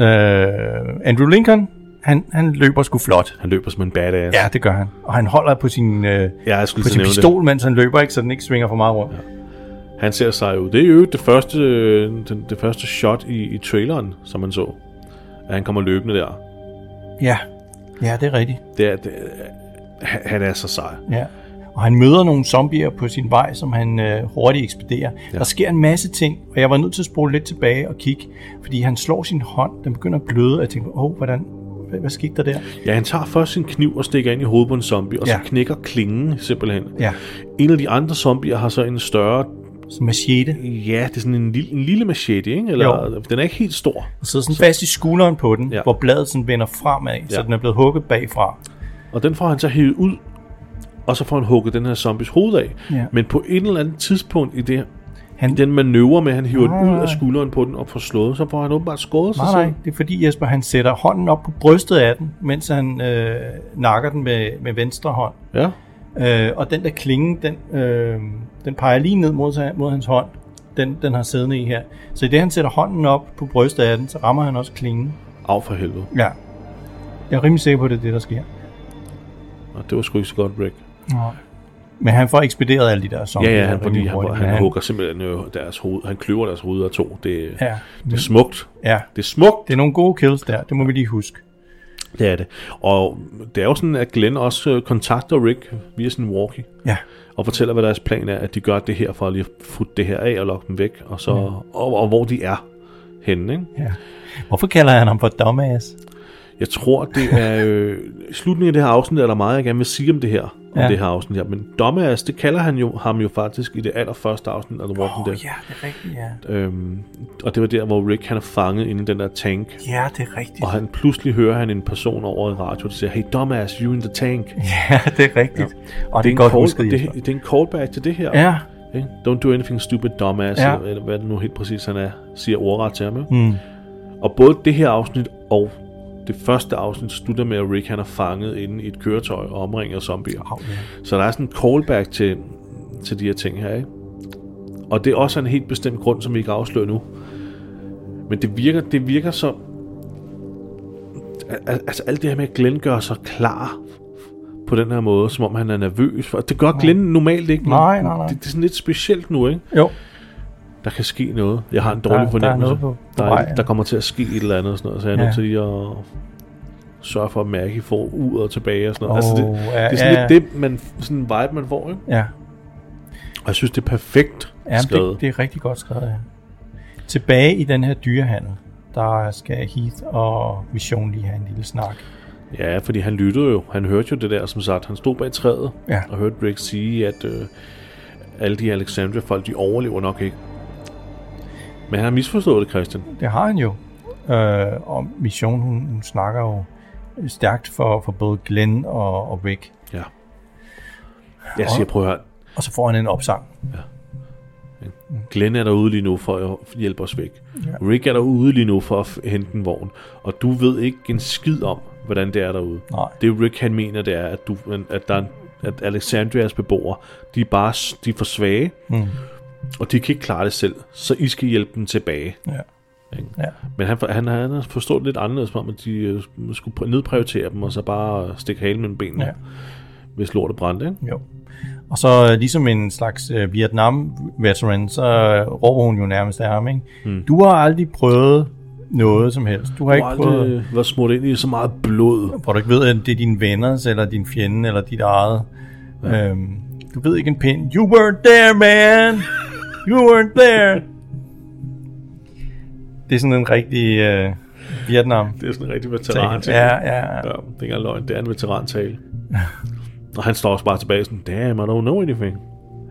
øh, Andrew Lincoln, han, han løber sgu flot. Han løber som en badass. Ja, det gør han. Og han holder på sin, øh, Ja, jeg skulle på til sin at nævne det. pistol, det. mens han løber, ikke, så den ikke svinger for meget rundt. Ja. Han ser sej ud. Det er jo det første, øh, den, det første shot i, i traileren, som man så. At han kommer løbende der. ja. Ja, det er rigtigt. Det er, det, er- han han er så sej. Ja. Og han møder nogle zombier på sin vej, som han øh, hurtigt ekspederer. Ja. Der sker en masse ting, og jeg var nødt til at spole lidt tilbage og kigge, fordi han slår sin hånd, den begynder at bløde, og jeg tænker, åh, oh, hvordan, hvad, hvad skete der der? Ja, han tager først sin kniv og stikker ind i hovedet på en zombie, og ja. Ja. så knækker klingen simpelthen. Ja. En af de andre zombier har så en større, Som machete. ja, det er sådan en lille, en lille machete, ikke? Eller, Jo. den er ikke helt stor. Og sidder sådan fast i skulderen på den, Ja. ja. hvor bladet sådan vender fremad, ja. Ja. så den er blevet hugget bagfra. Og den får han så hævet ud, og så får han hugget den her zombies hoved af. Ja. Men på et eller andet tidspunkt i det Han- den manøvre med, at han hiver den ud Nej. af skulderen på den og får slået, så får han åbenbart skåret sig Nej, selv. nej, det er fordi Jesper, han sætter hånden op på brystet af den, mens han øh, nakker den med, med venstre hånd. Ja. Øh, og den der klinge, den, øh, den peger lige ned mod, mod hans hånd. Den, den har siddende i her. Så i det, han sætter hånden op på brystet af den, så rammer han også klingen. Af for helvede. Ja. Jeg er rimelig sikker på, at det er det, der sker. Og det var sgu ikke så godt, Rick. Nej. Men han får ekspederet alle de der zombier. Ja, ja, han, fordi rimelig han, hurtigt, han, men han hugger simpelthen øh, deres hoved, han kløver deres hoveder to. Det, Ja. det er smukt. Ja, Det er smukt, det er nogle gode kills der, det må vi lige huske. det er det. Og det er jo sådan, at Glenn også øh, kontakter Rick via sin walkie. Ja, og fortæller, hvad deres plan er, at de gør det her for at lige futte det her af og lokke dem væk, og, så, og, og hvor de er henne. Ikke? ja. Hvorfor kalder han ham for dumbass? Jeg tror, det er... Øh, i slutningen af det her afsnit er der meget, jeg gerne vil sige om det her, om Ja. det her afsnit her, men Dumbass, det kalder han jo, ham jo faktisk i det allerførste afsnit af The Walking Dead. det er rigtigt, ja. Øhm, og det var der, hvor Rick han er fanget inde i den der tank, Ja, det er rigtigt. og han pludselig hører han en person over i radio, der siger, hey dumbass, you in the tank. Ja, det er rigtigt. Ja. Og det, er en godt call- husket, det, Jesper. det, er en callback til det her. Ja, Ikke? Don't do anything stupid, dumbass, Ja. ja. eller hvad det nu helt præcis han er, siger ordret til ham. Mm. Og både det her afsnit og det første afsnit slutter med, at Rick han er fanget inde i et køretøj og omringet af zombier. Au, ja. Så der er sådan en callback til, til de her ting her, ikke? Og det er også en helt bestemt grund, som vi ikke afslører nu. Men det virker, det virker som... al- al- Altså alt det her med, at Glenn gør sig klar på den her måde, som om han er nervøs. For. Det gør Glenn normalt ikke. men Nej, nej, nej. Det, det er sådan lidt specielt nu, ikke? jo. der kan ske noget. Jeg har en dårlig Der- der er fornemmelse. noget på- på der, vej, ja. er, der kommer til at ske et eller andet, og sådan noget, så jeg er Ja. nødt til lige at sørge for, at Mærke får uret tilbage og sådan noget. Åh, altså det, ja, det er sådan ja, lidt det, man, sådan en vibe, man får. Ikke? Ja, Og jeg synes, det er perfekt ja men skrevet. det, det er rigtig godt skrevet, ja. Tilbage i den her dyrehandel, der skal Heath og Mission lige have en lille snak. Ja, fordi han lyttede jo. Han hørte jo det der, som sagt. Han stod bag træet Ja. og hørte Rick sige, at øh, alle de Alexandria-folk, de overlever nok ikke. Men han har misforstået det, Christian. Det har han jo. Øh, og Mission, hun, hun snakker jo stærkt for, for både Glenn og, og Rick. Ja. Jeg siger, prøv at høre, Og så får han en opsang. Glenn er derude lige nu for at hjælpe os væk. Ja. Rick er derude lige nu for at f- hente en vogn. Og du ved ikke en skid om, hvordan det er derude. Nej. Det Rick han mener, det er, at, du, at, der er, en- at Alexandrias beboere, de er bare s- de er for svage. Mm. Og de kan ikke klare det selv. Så I skal hjælpe dem tilbage. Ja. Ikke? Ja. Men han, for- han, han har forstået det lidt anderledes, som om at de øh, skulle pr- nedprioritere dem, og så bare øh, stikke halen mellem benene, Ja. ja. hvis lortet brændte. Ikke? Jo. Og så øh, ligesom en slags øh, Vietnam-veteran, så øh, råber hun jo nærmest af ham, ikke? Mm. Du har aldrig prøvet noget som helst. Du har Du ikke har prøvet... aldrig været smurt ind i så meget blod. Hvor du ikke ved, at det er dine venners, eller din fjende, eller dit eget. Ja. Øhm, du ved ikke en pind. You weren't there, man! You weren't there! Det er sådan en rigtig øh, Vietnam. Det er sådan en rigtig veteran Ja, ja, ja. Ja, det er ikke engang løgn. Det er en veterantale. og han står også bare tilbage sådan, damn, I don't know anything.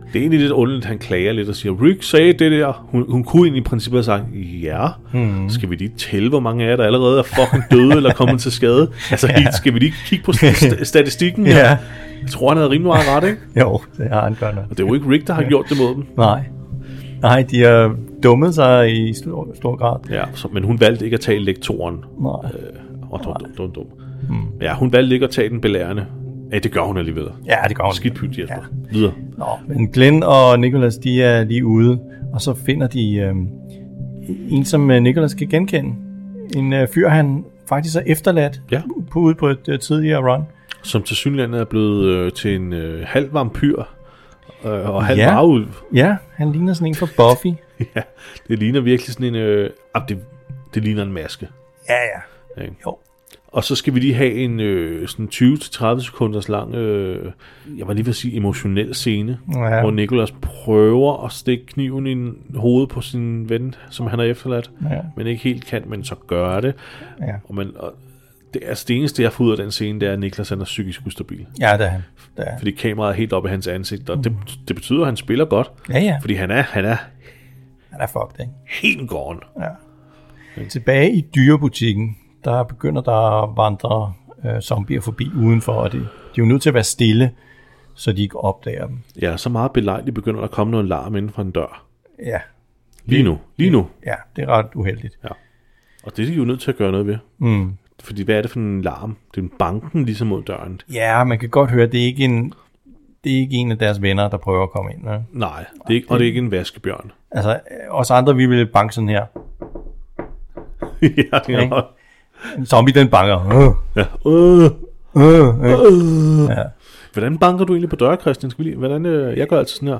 Det er egentlig lidt underligt, han klager lidt og siger, Rick sagde det der. Hun, hun kunne egentlig i princippet have sagt, ja, Mhm. hmm. skal vi lige tælle, hvor mange af jer, der allerede er fucking døde eller kommet til skade? Altså, helt, skal vi lige kigge på st- statistikken? her? Ja. Jeg tror, han havde rimelig meget ret, ikke? Jo, det har han godt nok. Og det er jo ikke Rick, der har gjort det mod dem. Nej. Nej, de har dummet sig i stor, stor grad. Ja, så, men hun valgte ikke at tage lektoren. Øh, Nej. Og dum, dum, dum, dum. Mm. Hmm. Ja, hun valgte ikke at tage den belærende. Ja, det gør hun alligevel. Ja, det går Skidt pyt, Jesper. Ja. Videre. Nå, men Glenn og Nicholas, de er lige ude, og så finder de øh, en, som øh, Nicholas kan genkende. En øh, fyr, han faktisk er efterladt Ja. på, ude på et øh, tidligere run. som til synligheden er blevet øh, til en øh, halv vampyr øh, og halv Ja. ja. varulv. Ja, han ligner sådan en fra Buffy. ja, det ligner virkelig sådan en... Øh, ah, det, det ligner en maske. ja, ja. Ikke? Jo. Og så skal vi lige have en øh, sådan 20-30 sekunders lang, øh, jeg var lige ved at sige emotionel scene, Ja. hvor Nicholas prøver at stikke kniven i en- hovedet på sin ven, som han har efterladt, Ja. men ikke helt kan, men så gør det. Ja. Og, man, og det, altså det eneste, jeg får ud af den scene, det er, at Niklas han er psykisk ustabil. Ja, det er han. Det er. han. fordi kameraet er helt oppe i hans ansigt, og det, det betyder, at han spiller godt, Ja, Mm. ja. fordi han er, han er Han er fucked, ikke? helt gone. Tilbage i dyrebutikken, der begynder der at vandre øh, zombier forbi udenfor, og det, de er jo nødt til at være stille, så de ikke opdager dem. Ja, så meget belejligt begynder der at komme noget larm inden for en dør. Ja, Lige nu, lige nu. ja det er ret uheldigt. Og det er de jo nødt til at gøre noget ved. Mm. Fordi hvad er det for en larm? Det er en banken ligesom mod døren. Ja, man kan godt høre, det er ikke en, det er ikke en af deres venner, der prøver at komme ind. Ne? Nej, det er ikke, og det er ikke en vaskebjørn. Altså, øh, os andre, vi ville banke sådan her. ja, det er Ikke? En zombie, den banker. Øh. ja. Øh. Øh, øh. Hvordan banker du egentlig på døre, Christian? Skal vi lige, hvordan, øh, jeg gør altid sådan her.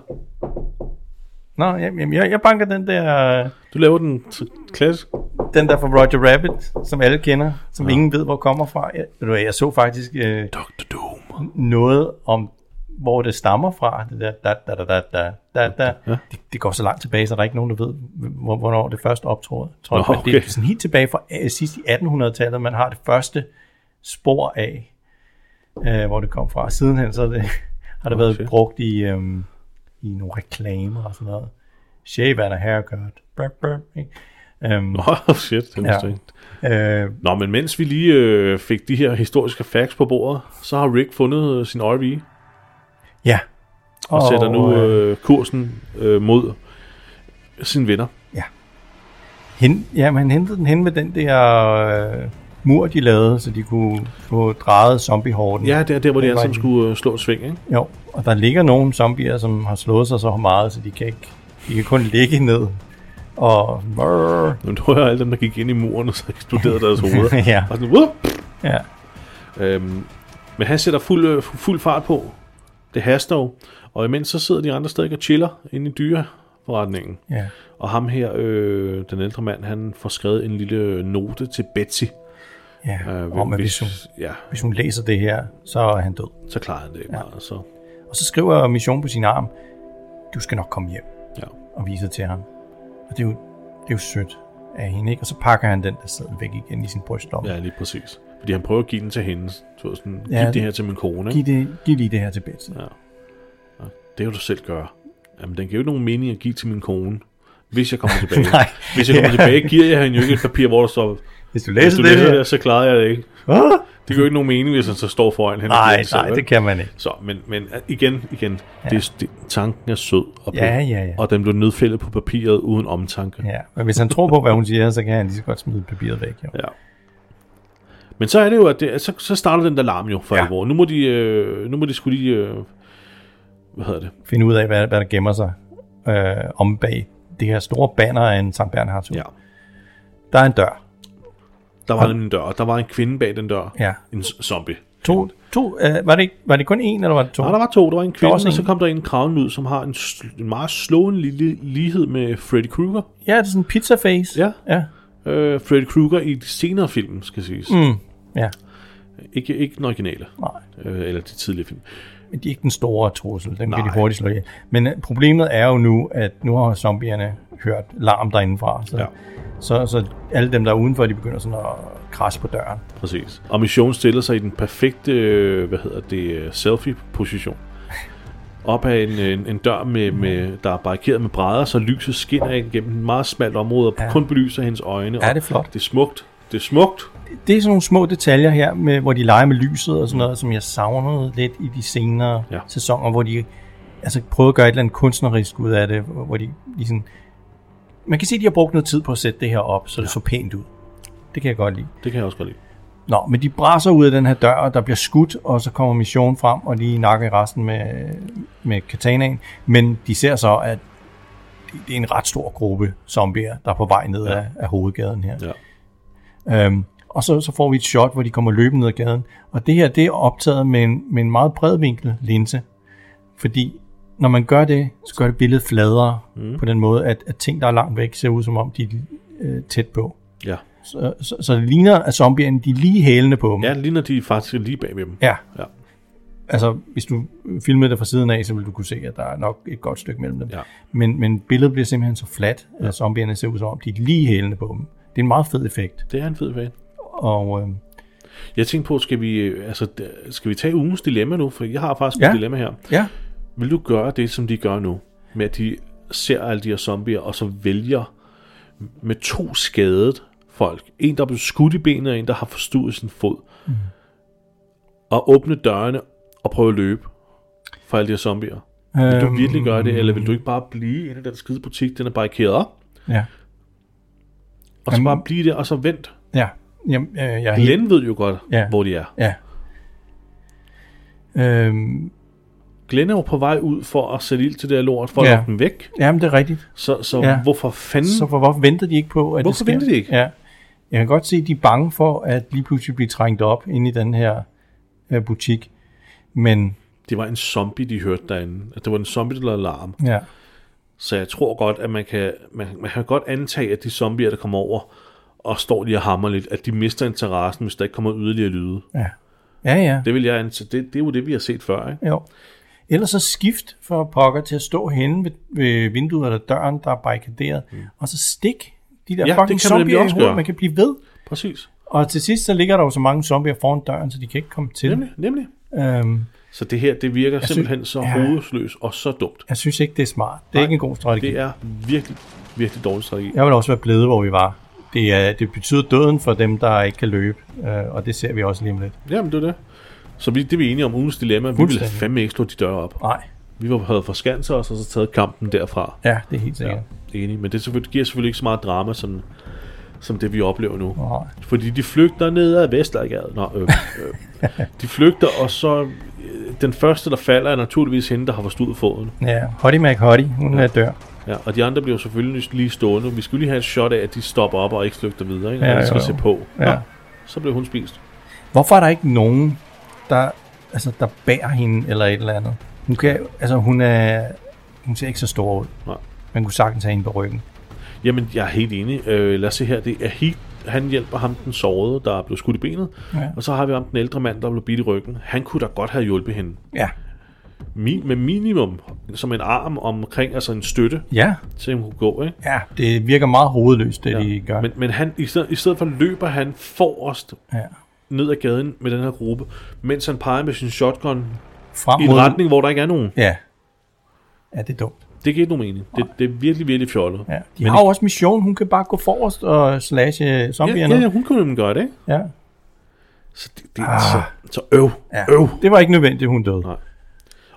Nå, jamen, jeg, jeg banker den der, Du laver den t- klasse. den der fra Roger Rabbit, som alle kender, som ja. ingen ved, hvor kommer fra. Jeg, ved du hvad, jeg så faktisk øh, Dr. Doom. noget om, hvor det stammer fra. Det, der, da, da, da, da, da, da, da. Ja. Det, det går så langt tilbage, så der er ikke nogen, der ved, hvor- hvornår det først optrådte. Tror Nå, Nå, okay. Det okay. er sådan helt tilbage fra øh, sidst i 1800-tallet, man har det første spor af, øh, hvor det kom fra. Sidenhen så er det, har det været shit. brugt i, øh, i nogle reklamer og sådan noget. Shave and a haircut. Brr, brr, ikke? Øhm, Åh, shit. Den Ja. ja. øh, Nå, men mens vi lige øh, fik de her historiske facts på bordet, så har Rick fundet øh, sin RV ja. og oh, sætter nu øh, kursen øh, mod sine venner. Hen, ja, men han hentede den hen med den der øh, mur, de lavede, så de kunne få drejet zombiehorden. Ja, det er der, hvor de Den alle vej. sammen skulle øh, slå et sving, ikke? Jo, og der ligger nogle zombier, som har slået sig så meget, så de kan, ikke, de kan kun ligge ned. Og... Brrr, Jamen, du hører alle dem, der gik ind i muren, og så eksploderede deres hoveder. ja, Og sådan, Wup! ja. Øhm, men han sætter fuld, øh, fu- fuld fart på. Det haster jo. Og imens så sidder de andre stadig og chiller inde i dyreforretningen. ja. Og ham her, øh, den ældre mand, han får skrevet en lille øh, note til Betsy. ja. Øh, Om, at hvis, hun, ja, hvis hun læser det her, så er han død. så klarer han det ikke ja. meget. Så, Og så skriver Mission på sin arm, du skal nok komme hjem. ja. og viser til ham. Og det er jo, det er jo sødt af hende, ikke? Og så pakker han den der sædel væk igen i sin brystlomme. Ja. ja, lige præcis. Fordi han prøver at give den til hende. Så var sådan, Ja, ja, giv det det- her til min kone. Giv, Ikke? det, giv lige det her til Betsy. Ja. Det kan du selv gøre. Jamen, den giver jo ikke nogen mening at give til min kone. Hvis jeg kommer tilbage. Nej. Hvis jeg kommer Ja. tilbage, giver jeg hende jo ikke et papir, hvor der står, Hvis du hvis læser du det, læser her... det, så klarer jeg det ikke. Ah! Det gør ikke nogen mening, hvis han så står foran hende. og giver Nej, den selv, nej, vel? det kan man ikke. Så, men, men øh, igen, igen, ja. det, det, tanken er sød og, Ja, ja, ja. og den blev nedfældet på papiret uden omtanke. Ja, men hvis han tror på, hvad hun siger, så kan han lige så godt smide papiret væk. Jo. Ja. Men så er det jo, at det, så, så starter den der larm jo for ja. Ja. alvor. Nu må de, øh, nu må de skulle lige, øh, hvad hedder det? Finde ud af, hvad, hvad der gemmer sig øh, om bag det her store banner af en Sankt Bernhards Ja. Der er en dør. Der var nemlig en dør, og der var en kvinde bag den dør. Ja. En z- zombie. To, to, øh, var, det, ikke- var det kun en, eller var det to? Nej, der var to. Der var en kvinde, også og så en. kom der en kravende ud, som har en, sl- en meget slående lille lighed med Freddy Krueger. Ja, det er sådan en pizza face. Ja. ja. Øh, Freddy Krueger i de senere film, skal siges. Mm. Ja, Ikke, ikke den originale, nej. øh, eller de tidlige film. Men de er ikke den store trussel, den kan Nej. de hurtigt slå ihjel. Men øh, problemet er jo nu, at nu har zombierne hørt larm derindefra, så, Ja. ja. så, så alle dem, der er udenfor, de begynder sådan at krasse på døren. Præcis. Og Mission stiller sig i den perfekte, øh, hvad hedder det, øh, selfie-position. Op af en, øh, en, en dør, med, med, der er barrikeret med brædder, så lyset skinner ind gennem en meget smalt område, og ja. kun belyser hendes øjne. Ja, og det er flot. Det er smukt. Det er smukt. Det er sådan nogle små detaljer her, med, hvor de leger med lyset og sådan noget, som jeg savnede lidt i de senere Ja. ja. sæsoner, hvor de altså, prøvede at gøre et eller andet kunstnerisk ud af det, hvor hvor de, de sådan, man kan se, at de har brugt noget tid på at sætte det her op, så det så pænt ud. Det kan jeg godt lide. Det kan jeg også godt lide. Nå, men de braser ud af den her dør, og der bliver skudt, og så kommer missionen frem, og de nakker i resten med, med katanaen. Men de ser så, at det- det er en ret stor gruppe zombier, der er på vej ned ja. af, af hovedgaden her. Ja. Øhm, og så, så får vi et shot, hvor de kommer løbende ned ad gaden. Og det her, det er optaget med en, med en meget bredvinkel linse. Fordi når man gør det, så gør det billedet fladere mm. på den måde, at, at ting, der er langt væk, ser ud som om, de er øh, tæt på. Ja. Så, Øh, så, så det ligner, at zombierne de er lige hælende på dem. Ja, lige når de faktisk er lige bag ved dem. Ja. Ja. Altså, hvis du filmede det fra siden af, så vil du kunne se, at der er nok et godt stykke mellem dem. Ja. Men, men billedet bliver simpelthen så fladt, at zombierne ser ud som om, de er lige hælende på dem. Det er en meget fed effekt. Det er en fed fan. Og øh, Jeg tænkte på, skal vi, øh, altså, d- skal vi tage ugens dilemma nu? For jeg har faktisk ja. Ja. et dilemma her. ja, Vil du gøre det, som de gør nu? Med at de ser alle de her zombier, og så vælger med to skadede folk. En, der er blevet skudt i benet, og en, der har forstuet sin fod. Mm. Mhm. Og åbne dørene og prøve at løbe for alle de her zombier. Vil du Øhm. virkelig gøre det, eller vil du ikke bare blive inde i den skide butik, den er barrikeret op, ja, og så Jamen- bare blive der, og så vent. ja. Jamen, øh, jeg er helt- Glenn ved jo godt, ja. Ja. hvor de er. Ja. Øhm, Glenn er jo på vej ud for at sætte ild til det her lort, for at Ja. ja. dem væk. jamen, det er rigtigt. Så, så ja. Ja. hvorfor fanden? Så Så... hvor, hvorfor venter de ikke på, at Hvorfor det sker? venter de ikke? Ja. Jeg kan godt se, at de er bange for, at lige pludselig blive trængt op ind i den her øh, butik. Men Det var en zombie, de hørte derinde. At det var en zombie, der lavede larm. ja, Så jeg tror godt, at man kan, man, man kan godt antage, at de zombier, der kommer over og står lige og hammer lidt, at de mister interessen, hvis der ikke kommer yderligere lyde. ja, ja, ja. Det vil jeg antage. Det, det er jo det, vi har set før, ikke? Jo. Ellers så skift for pokker til at stå henne ved, ved vinduet eller døren, der er barrikaderet, mm. og så stik de der Ja, ja, det fucking kan man nemlig zombier i også hovedet. gøre. Man kan blive ved. Præcis. Og til sidst så ligger der jo så mange zombier foran døren, så de kan ikke komme til. Nemlig, nemlig. Øhm, Så det her, det virker synes- simpelthen så ja. hovedløst og så dumt. jeg synes ikke, det er smart. Det er Nej, ikke en god strategi. Det er virkelig, virkelig dårlig strategi. Jeg vil også være blevet, hvor vi var. Det, er, det betyder døden for dem, der ikke kan løbe, øh, og det ser vi også lige om lidt. Jamen, det er det. Så vi, det er vi enige om ugens dilemma. Vi ville Fuldstændig. fandme ikke slå de døre op. Nej, Vi var, havde forskanset os, og så taget kampen derfra. ja, det er helt sikkert. Enig. Men det, er selvfølgelig, giver selvfølgelig ikke så meget drama, som, som det vi oplever nu. Ja. Nej. Fordi de flygter ned ad Vestergade. Nå, øh, øh. De flygter, og så... øh, Den første, der falder, er naturligvis hende, der har forstået foden. Ja, Hottie Mac Hottie, hun ja. er dør. Ja, og de andre bliver jo selvfølgelig lige stående. Vi skulle lige have et shot af, at de stopper op og ikke flygter videre. Ikke? Ja, Ja, skal jo, jo. se på. Ja. Nå, så blev hun spist. Hvorfor er der ikke nogen, der, altså, der bærer hende eller et eller andet? Hun, kan, altså, hun, er, hun ser ikke så stor ud. Nej. Man kunne sagtens have hende på ryggen. Jamen, jeg er helt enig. Øh, lad os se her. Det er helt han hjælper ham, den sårede, der blev skudt i benet. Ja. Ja. Og så har vi ham, den ældre mand, der blev bidt i ryggen. Han kunne da godt have hjulpet hende. Ja. Mi- med minimum, som en arm omkring, altså en støtte, Ja, til hun kunne gå, ikke? ja. det virker meget hovedløst, det ja. de gør. Men, men han, i, stedet, i stedet for løber han forrest ja. ned ad gaden med den her gruppe, mens han peger med sin shotgun Frem i en retning, hvor der ikke er nogen. Ja. Ja, det er dumt. Det giver ikke nogen mening. Det, det er virkelig, virkelig fjollet. Ja. De men har jo også mission. Hun kan bare gå forrest og slashe øh, ja, zombierne. ja, ja, hun kunne nemlig gøre det, ikke? ja. Så, det, det, ah. så, så øv, ja. øv. Det var ikke nødvendigt, hun døde. Nej.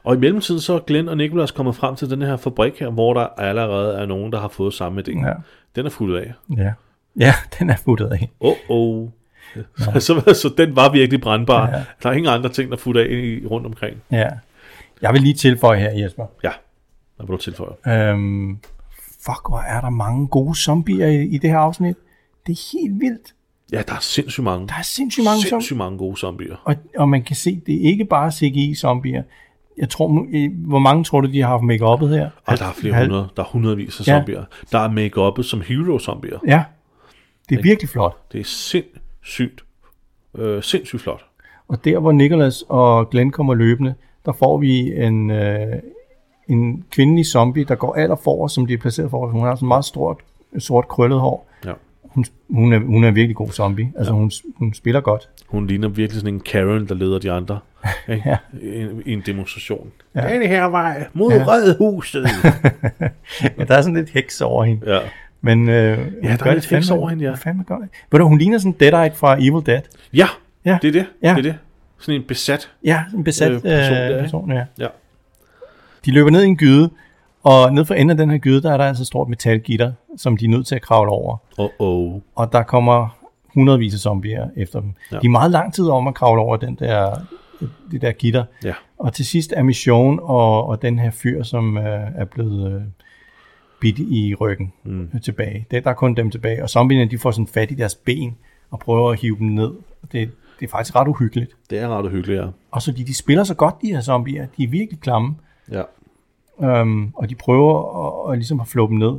Og i mellemtiden så er Glenn og Nicholas kommet frem til den her fabrik her, hvor der allerede er nogen, der har fået samme idé. Ja. Den er fuld af. Ja. Ja, den er futtet af. Åh, oh, oh. Så, så, så den var virkelig brandbar. Ja. Der er ingen andre ting, der er fuldt af i, rundt omkring. Ja. Jeg vil lige tilføje her, Jesper. Ja, hvad vil du tilføje? Øhm, fuck, hvor er der mange gode zombier i, i det her afsnit. Det er helt vildt. Ja, der er sindssygt mange. Der er sindssygt mange zombier. sindssygt mange gode zombier. Og, og man kan se, det er ikke bare CGI-zombier. Jeg tror, mu- øh, hvor mange tror du, de har haft make her? Og der er flere Halv- hundrede. Der er hundredvis af Ja. zombier. Der er make som hero-zombier. Ja. Det er virkelig flot. Det er sindssygt, øh, sindssygt flot. Og der, hvor Nicholas og Glenn kommer løbende, der får vi en, øh, en kvindelig zombie, der går aller forrest, som de er placeret for. Hun har sådan meget stort, sort krøllet hår. Ja. Hun, hun, er, hun er en virkelig god zombie. Altså, ja. hun, hun spiller godt. Hun ligner virkelig sådan en Karen, der leder de andre ikke? Ja. I, en- i en demonstration. Ja. Denne her vej mod ja. Rødhuset. Ja, der er sådan lidt heks over hende. ja. Men øh, ja, der er lidt heks over hende, ja. Fandme godt. Ved du, hun ligner sådan Deadite fra Evil Dead. ja, Ja. det er det. Ja. Ja. Det er det. Sådan en besat. Ja, en besat øh, Øh, person, person der, øh, ikke? person ja. Ja. De løber ned i en gyde, og ned for enden af den her gyde, der er der altså et stort metalgitter, som de er nødt til at kravle over. Oh, oh. Og der kommer hundredvis af zombier efter dem. Ja. Ja. De er meget lang tid om at kravle over den der, det der gitter. Ja. Og til sidst er Mission og, og den her fyr, som øh, er blevet øh, bidt i ryggen mm. tilbage. Det, der er kun dem tilbage. Og zombierne, de får sådan fat i deres ben og prøver at hive dem ned. Det, det er faktisk ret uhyggeligt. Det er ret uhyggeligt, ja. Og så de, de spiller så godt, de her zombier. De er virkelig klamme. ja. Øhm, og de prøver at, at ligesom at flå dem ned.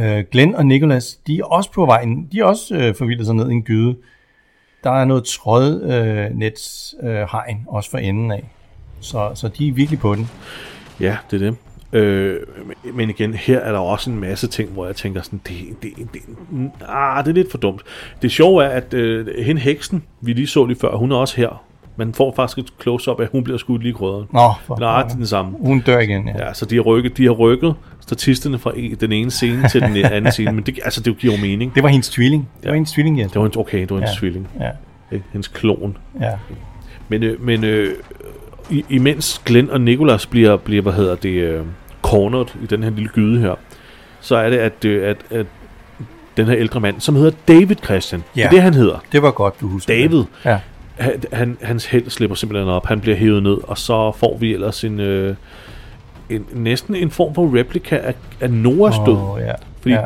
Øh, Glenn og Nicholas, de er også på vejen. De er også øh, forvildet sig ned i en gyde. Der er noget trådnetshegn øh, nets, øh, hegn også for enden af. Så, så de er virkelig på den. Ja, det er det. Øh, men- men igen, her er der også en masse ting, hvor jeg tænker sådan, det, det, det, mm, ah, det er lidt for dumt. Det sjove er, at øh, hende heksen, vi lige så lige før, hun er også her. Man får faktisk et close-up af, at hun bliver skudt lige i krydderen. Nå, for Nej, det er den samme. Hun dør igen, ja. ja. Ja, så de har rykket, de har rykket statisterne fra en, den ene scene til den anden scene, men det, altså, det giver jo mening. Det var hendes tvilling. Det ja. var hendes tvilling, Jesper. Det var hendes, okay, det var hendes Ja. ja. tvilling. Ja, ikke? Hendes klon. ja. Men, øh, men øh, i- imens Glenn og Nicolas bliver, bliver hvad hedder det, øh, cornered i den her lille gyde her, så er det, at, øh, at, at den her ældre mand, som hedder David Christian, ja. det Ja. er det, han hedder. Det var godt, du husker. David. det. Ja. Han, han, hans held slipper simpelthen op. Han bliver hævet ned, og så får vi ellers en, øh, en næsten en form for replika af, af Noahs oh, død. Åh, ja. Fordi ja.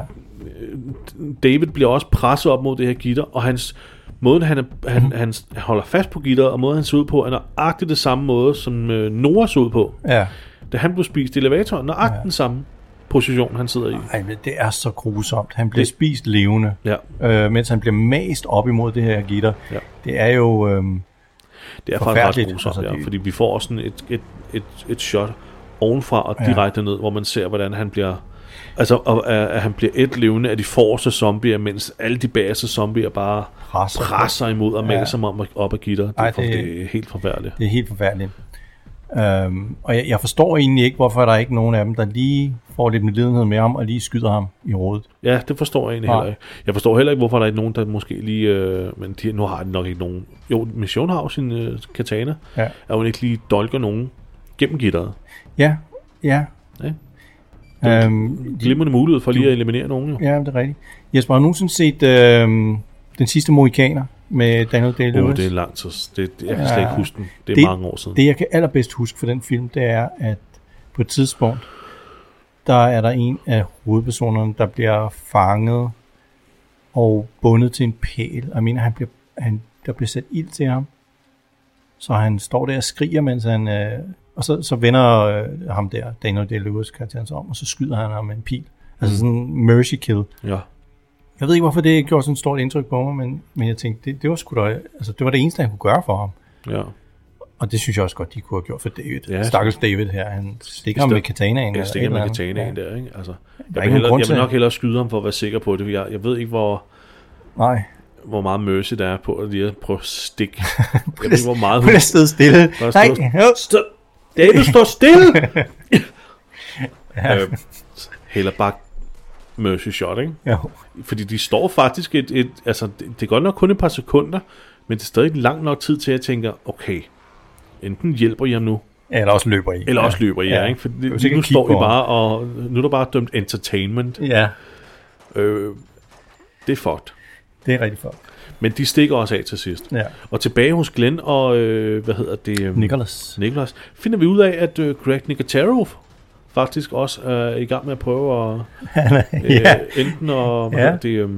David bliver også presset op mod det her gitter, og hans måden han, er, han, Mhm. mm. han holder fast på gitteret, og måden han ser ud på, er nøjagtigt det samme måde, som øh, Nora så ud på, Ja. da han blev spist i elevatoren. Nøjagtigt ja. den samme position, han sidder i. Ej, men det er så grusomt. Han bliver det... spist levende, Ja. øh, mens han bliver mast op imod det her gitter. Ja. Det er jo... Det er Øh, faktisk ret Forfærdeligt. grusomt, Altså, altså, ja, det- fordi vi får også sådan et, et, et, et shot ovenfra og direkte ned, hvor man ser, hvordan han bliver... Altså, og, at at han bliver et levende af de forreste zombier, mens alle de bagerste zombier bare Presser. presser imod og maser Ja. ja. ham om, op ad gitter. Det, Ej, Ej, det... det- det er helt forfærdeligt. Det er helt forfærdeligt. Øhm, og jeg, jeg forstår egentlig ikke, hvorfor der er ikke nogen af dem, der lige får lidt medlidenhed med ham, og lige skyder ham i hovedet. Ja, det forstår jeg egentlig Nej. heller ikke. Jeg forstår heller ikke, hvorfor der er nogen, der måske lige... Øh, men de, nu har de nok ikke nogen... Jo, Mission har jo sin øh, katana. Ja. At hun ikke lige dolker nogen gennem gitteret. Ja, ja. Ja. Øhm, Glimrende mulighed for lige at eliminere nogen, jo. ja, det er rigtigt. Jesper, har du nogensinde set øhm, Den sidste Mohikaner med Daniel Day-Lewis? Uh, det er lang tid. s- Det, det, jeg kan slet ikke Ja. huske den. Det er Det- det, mange år siden. Det, Det, jeg kan allerbedst huske for den film, det er, at på et tidspunkt, der er der en af hovedpersonerne, der bliver fanget og bundet til en pæl. Jeg mener, han bliver, han, der bliver sat ild til ham. Så han står der og skriger, mens han... Øh, og så, så vender øh, ham der, Daniel Day-Lewis karakteren sig om, og så skyder han ham med en pil. Altså sådan en mercy kill. ja. Jeg ved ikke, hvorfor det gjorde sådan et stort indtryk på mig, men, men jeg tænkte, det, det, var sgu da, altså, det var det eneste, han kunne gøre for ham. Ja. Og det synes jeg også godt, de kunne have gjort for David. Ja. Ja. Stakkels David her, han stikker ham Hvis med der- katanaen. Jeg eller stikker et med eller andet. katanaen ja. der, ikke? Altså, jeg, ikke nogen vil hellere, grund jeg til vil det. nok hellere skyde ham for at være sikker på det. Jeg, jeg ved ikke, hvor, Nej, hvor meget mercy der er på at lige at prøve at stikke. Jeg ved ikke, hvor meget hun hun... er siddet stille. Bare Nej, stå- jo. Stå, David, stå stille! ja. øh, heller bare mercy shot, ikke? jo. Fordi de står faktisk et, et altså det, det er godt nok kun et par sekunder, men det er stadig lang nok tid til, at jeg tænker, okay, enten hjælper I ham nu, Eller også løber i. Eller også løber I, ja, ikke? For Behøver det, ikke nu at kigge står I på ham. bare, og nu er der bare dømt entertainment. Ja, Øh, det er fucked. det er rigtig fuck. Men de stikker også af til sidst. Ja. Og tilbage hos Glenn og, øh, hvad hedder det? øhm, Nicholas. Nicholas. Finder vi ud af, at øh, Greg Nicotero faktisk også er i gang med at prøve at... Øh, ja, Enten at... Hvad Ja. ja. det, øh,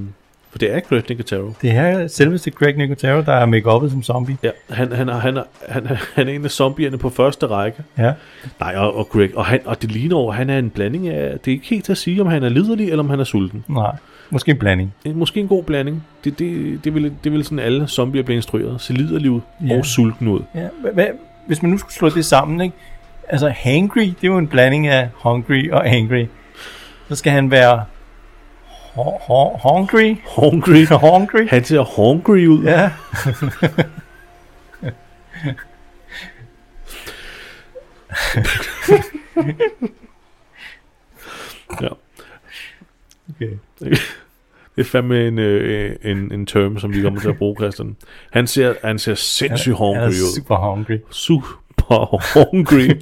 for det er Greg Nicotero. det her er selveste Greg Nicotero, der er make som zombie. Ja, han, han, er- han, er- han, er- han er en af zombierne på første række. Ja. Nej, og, og Greg, og, han, og det ligner over, han er en blanding af... Det er ikke helt til at sige, om han er liderlig, eller om han er sulten. Nej, måske en blanding. en, måske en god blanding. Det, det, det, ville, det ville sådan alle zombier blive instrueret. Se liderlig ud Ja. yeah. og sulten ud. Ja, hva- hva- hvis man nu skulle slå det sammen, ikke? Altså, hangry, det er jo en blanding af hungry og angry. Så skal han være ho- ho- hungry, Hungry. hungry. Han ser hungry ud. Ja. Ja. Okay. Det er fandme en, øh, en, en term, som vi kommer til at bruge, Christian. Han ser, han ser sindssygt Han hungry er ud. super hungry. Super hungry.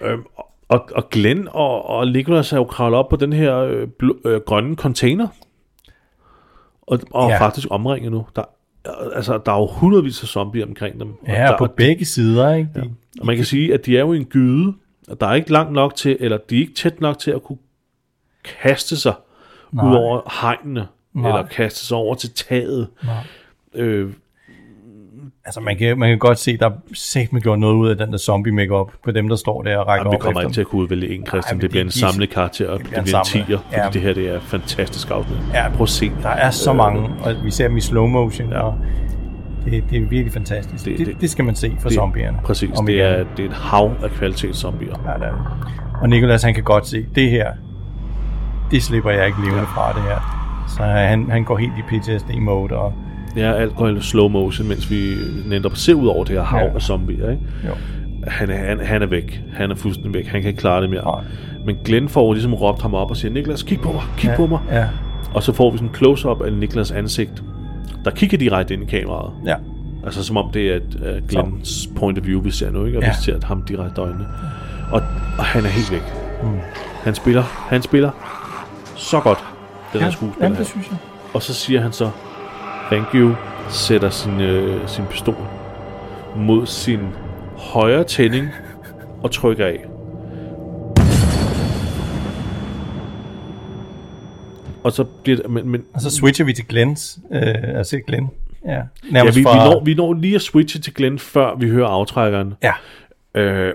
øhm, og, og Glenn og, og Nicholas er jo kravlet op på den her øh, blå, øh, grønne container. Og, og Ja. ja. faktisk omringet nu. Der, altså, der er jo hundredvis af zombier omkring dem. og Ja, der, på begge sider, ikke? De, Og man kan sige, at de er jo i en gyde, og der er ikke langt nok til, eller de er ikke tæt nok til at kunne kaste sig Nej. ud over hegnene, Nej. Nej. eller kaste sig over til taget. Øh, Altså, man kan, man kan godt se, der er man gjort noget ud af den der zombie makeup på dem, der står der og rækker og vi op kommer efter ikke til at kunne udvælge en, Nej, men Christian. Det bliver det- en de- samlet karakter, og det bliver bliver en en tiger, samlet, fordi ja. det her det er fantastisk afsnit. Ja. Prøv at se. Der er så mange, og vi ser dem i slow motion, ja. Øh, Ja. og det, det er virkelig fantastisk. Det, Det- det, det- det skal man se for Det- zombierne. Præcis, Om det igen. er, det er et hav af kvalitetszombier. Ja, det er det. Og Nikolas, han kan godt se, det her, det slipper jeg ikke levende fra, det her. Så han, han går helt i PTSD-mode, og Det er alt går i slow motion, mens vi netop ser ud over det her hav Ja. ja. af zombier. Ikke? jo. han er, han, han er væk. Han er fuldstændig væk. Han kan ikke klare det mere. Nej. Men Glenn får jo ligesom råbt ham op og siger, Niklas, kig på mig, kig Ja, ja. på mig. Ja, Og så får vi sådan en close-up af Niklas ansigt, der kigger direkte ind i kameraet. ja. Altså som om det er et, uh, Glens point of view, vi ser nu, ikke? Og Ja. vi ser ham direkte i øjnene. Og, og han er helt væk. Mm. Han spiller, han spiller så godt, den her ja skuespiller jamen, her. det synes jeg. Og så siger han så, thank you, sætter sin, øh, sin pistol mod sin højre tænding og trykker af. og så bliver det, men, men Og så switcher vi til Glens. Øh, altså Glenn. Ja, ja, nærmest vi, vi, fra... når, vi når lige at switche til Glenn, før vi hører aftrækkeren. Ja, Øh,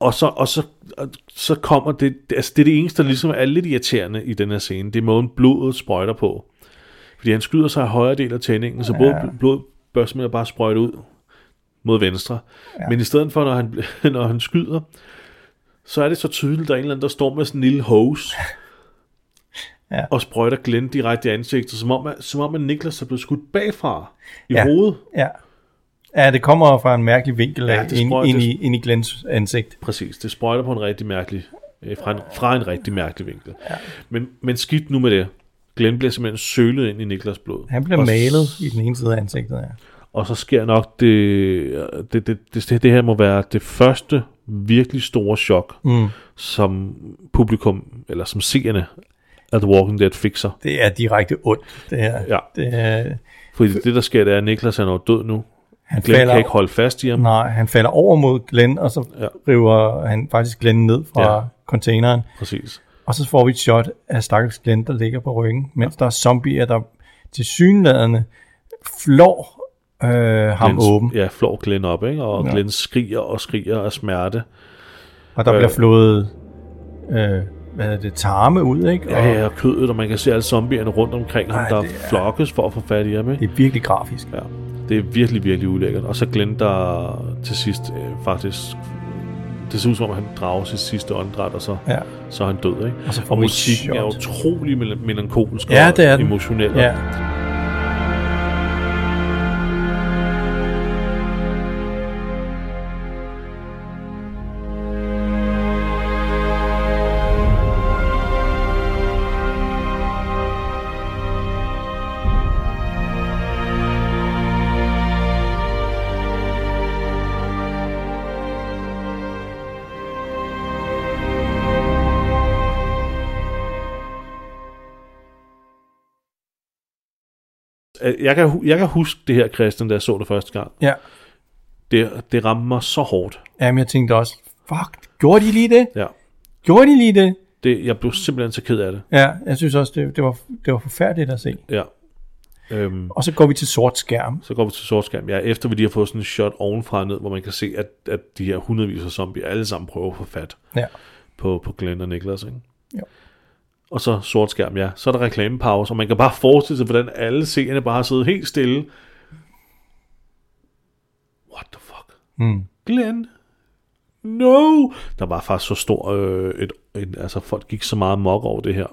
og så, og så, og så kommer det, altså det er det eneste, der ligesom er lidt irriterende i den her scene, det er måden blodet sprøjter på. Fordi han skyder sig i højre del af tændingen, så både bl- blod bør simpelthen bare sprøjte ud mod venstre. Ja. Men i stedet for, når han, når han skyder, så er det så tydeligt, at der er en eller anden, der står med sådan en lille hose, Ja. og sprøjter Glenn direkte i ansigtet, som om, at- som om at Niklas er blevet skudt bagfra i Ja. hovedet. ja. Ja, det kommer fra en mærkelig vinkel Ja, ja, det ind, sprøj- ind, det- i, ind i Glens ansigt. Præcis, det sprøjter på en rigtig mærkelig, øh, fra, en, fra en rigtig mærkelig vinkel. Ja. Men, men skidt nu med det. Glenn bliver simpelthen sølet ind i Niklas blod. Han bliver og, malet i den ene side af ansigtet, ja. Og så sker nok det det, det, det, det her må være det første virkelig store chok, mm. som publikum, eller som seerne af The Walking Dead fik sig. Det er direkte ondt, det her. Ja. Det, er- Fordi det, der sker, det er, at Niklas han er jo død nu. han Glenn falder, kan ikke holde fast i ham. Nej, han falder over mod Glenn, og så Ja. ja. river han faktisk Glenn ned fra Ja. ja. containeren. Præcis. Og så får vi et shot af stakkels Glenn, der ligger på ryggen, mens der er zombier, der til synlædende flår øh, ham Glenn- åben. Ja, flår Glenn op, ikke? Og ja. Ja. Glenn skriger og skriger af smerte. Og der øh, bliver Øh. flået øh, hvad er det, tarme ud, ikke? Og Ja, ja, og kødet, og man kan se alle zombierne rundt omkring ham, der er... flokkes for at få fat i ham. Ikke? Det er virkelig grafisk. Ja. Det er virkelig, virkelig ulækkert. Og så Glenn, der til sidst øh, faktisk... Det ser ud som om, han drager sit sidste åndedræt, og så, Ja. så er han død. Ikke? Og så får og vi et musikken er shot. utrolig mel- melankolsk Ja, og det er den. emotionel. Ja. Øh, Jeg, kan, hu- jeg kan huske det her, Christian, da jeg så det første gang. ja. Det, det rammer mig så hårdt. Jamen, jeg tænkte også, fuck, gjorde de lige det? Ja. Gjorde de lige det? Det, jeg blev simpelthen så ked af det. Ja, jeg synes også, det, det, var, det var forfærdeligt at se. Ja. Øhm, Og så går vi til sort skærm. Så går vi til sortskærm. Ja, efter vi lige har fået sådan en shot ovenfra og ned, hvor man kan se, at, at de her hundredvis af zombier alle sammen prøver at få fat Ja. på, på Glenn og Niklas, ikke? Jo. Og så sortskærm, ja. Så er der reklamepause, og man kan bare forestille sig, hvordan alle seerne bare har siddet helt stille. What the fuck? Mm. Glenn? No! Der var faktisk så stor... Øh, et, en, altså, folk gik så meget mok over det her,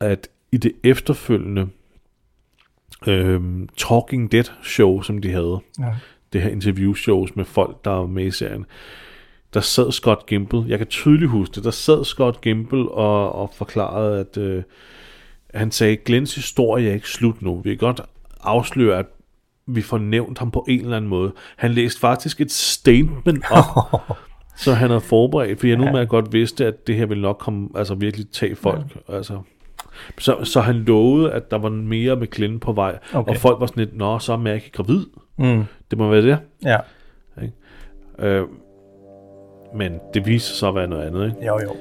at i det efterfølgende øh, Talking Dead-show, som de havde, Ja. det her interviewshows med folk, der var med i serien, der sad Scott Gimple, jeg kan tydeligt huske det, der sad Scott Gimple og, og forklarede, at øh, han sagde, Glens historie er ikke slut nu. Vi kan godt afsløre, at vi får nævnt ham på en eller anden måde. Han læste faktisk et statement op, så han havde forberedt, fordi jeg nu med godt vidste, at det her ville nok komme, altså virkelig tage folk. Ja. Altså. Så, så han lovede, at der var mere med Glenn på vej, okay. Okay. og folk var sådan lidt, nå, så er Maggie gravid. Mm. Det må være det. ja. Øh, men det viser sig at være noget andet, ikke? Jo, jo.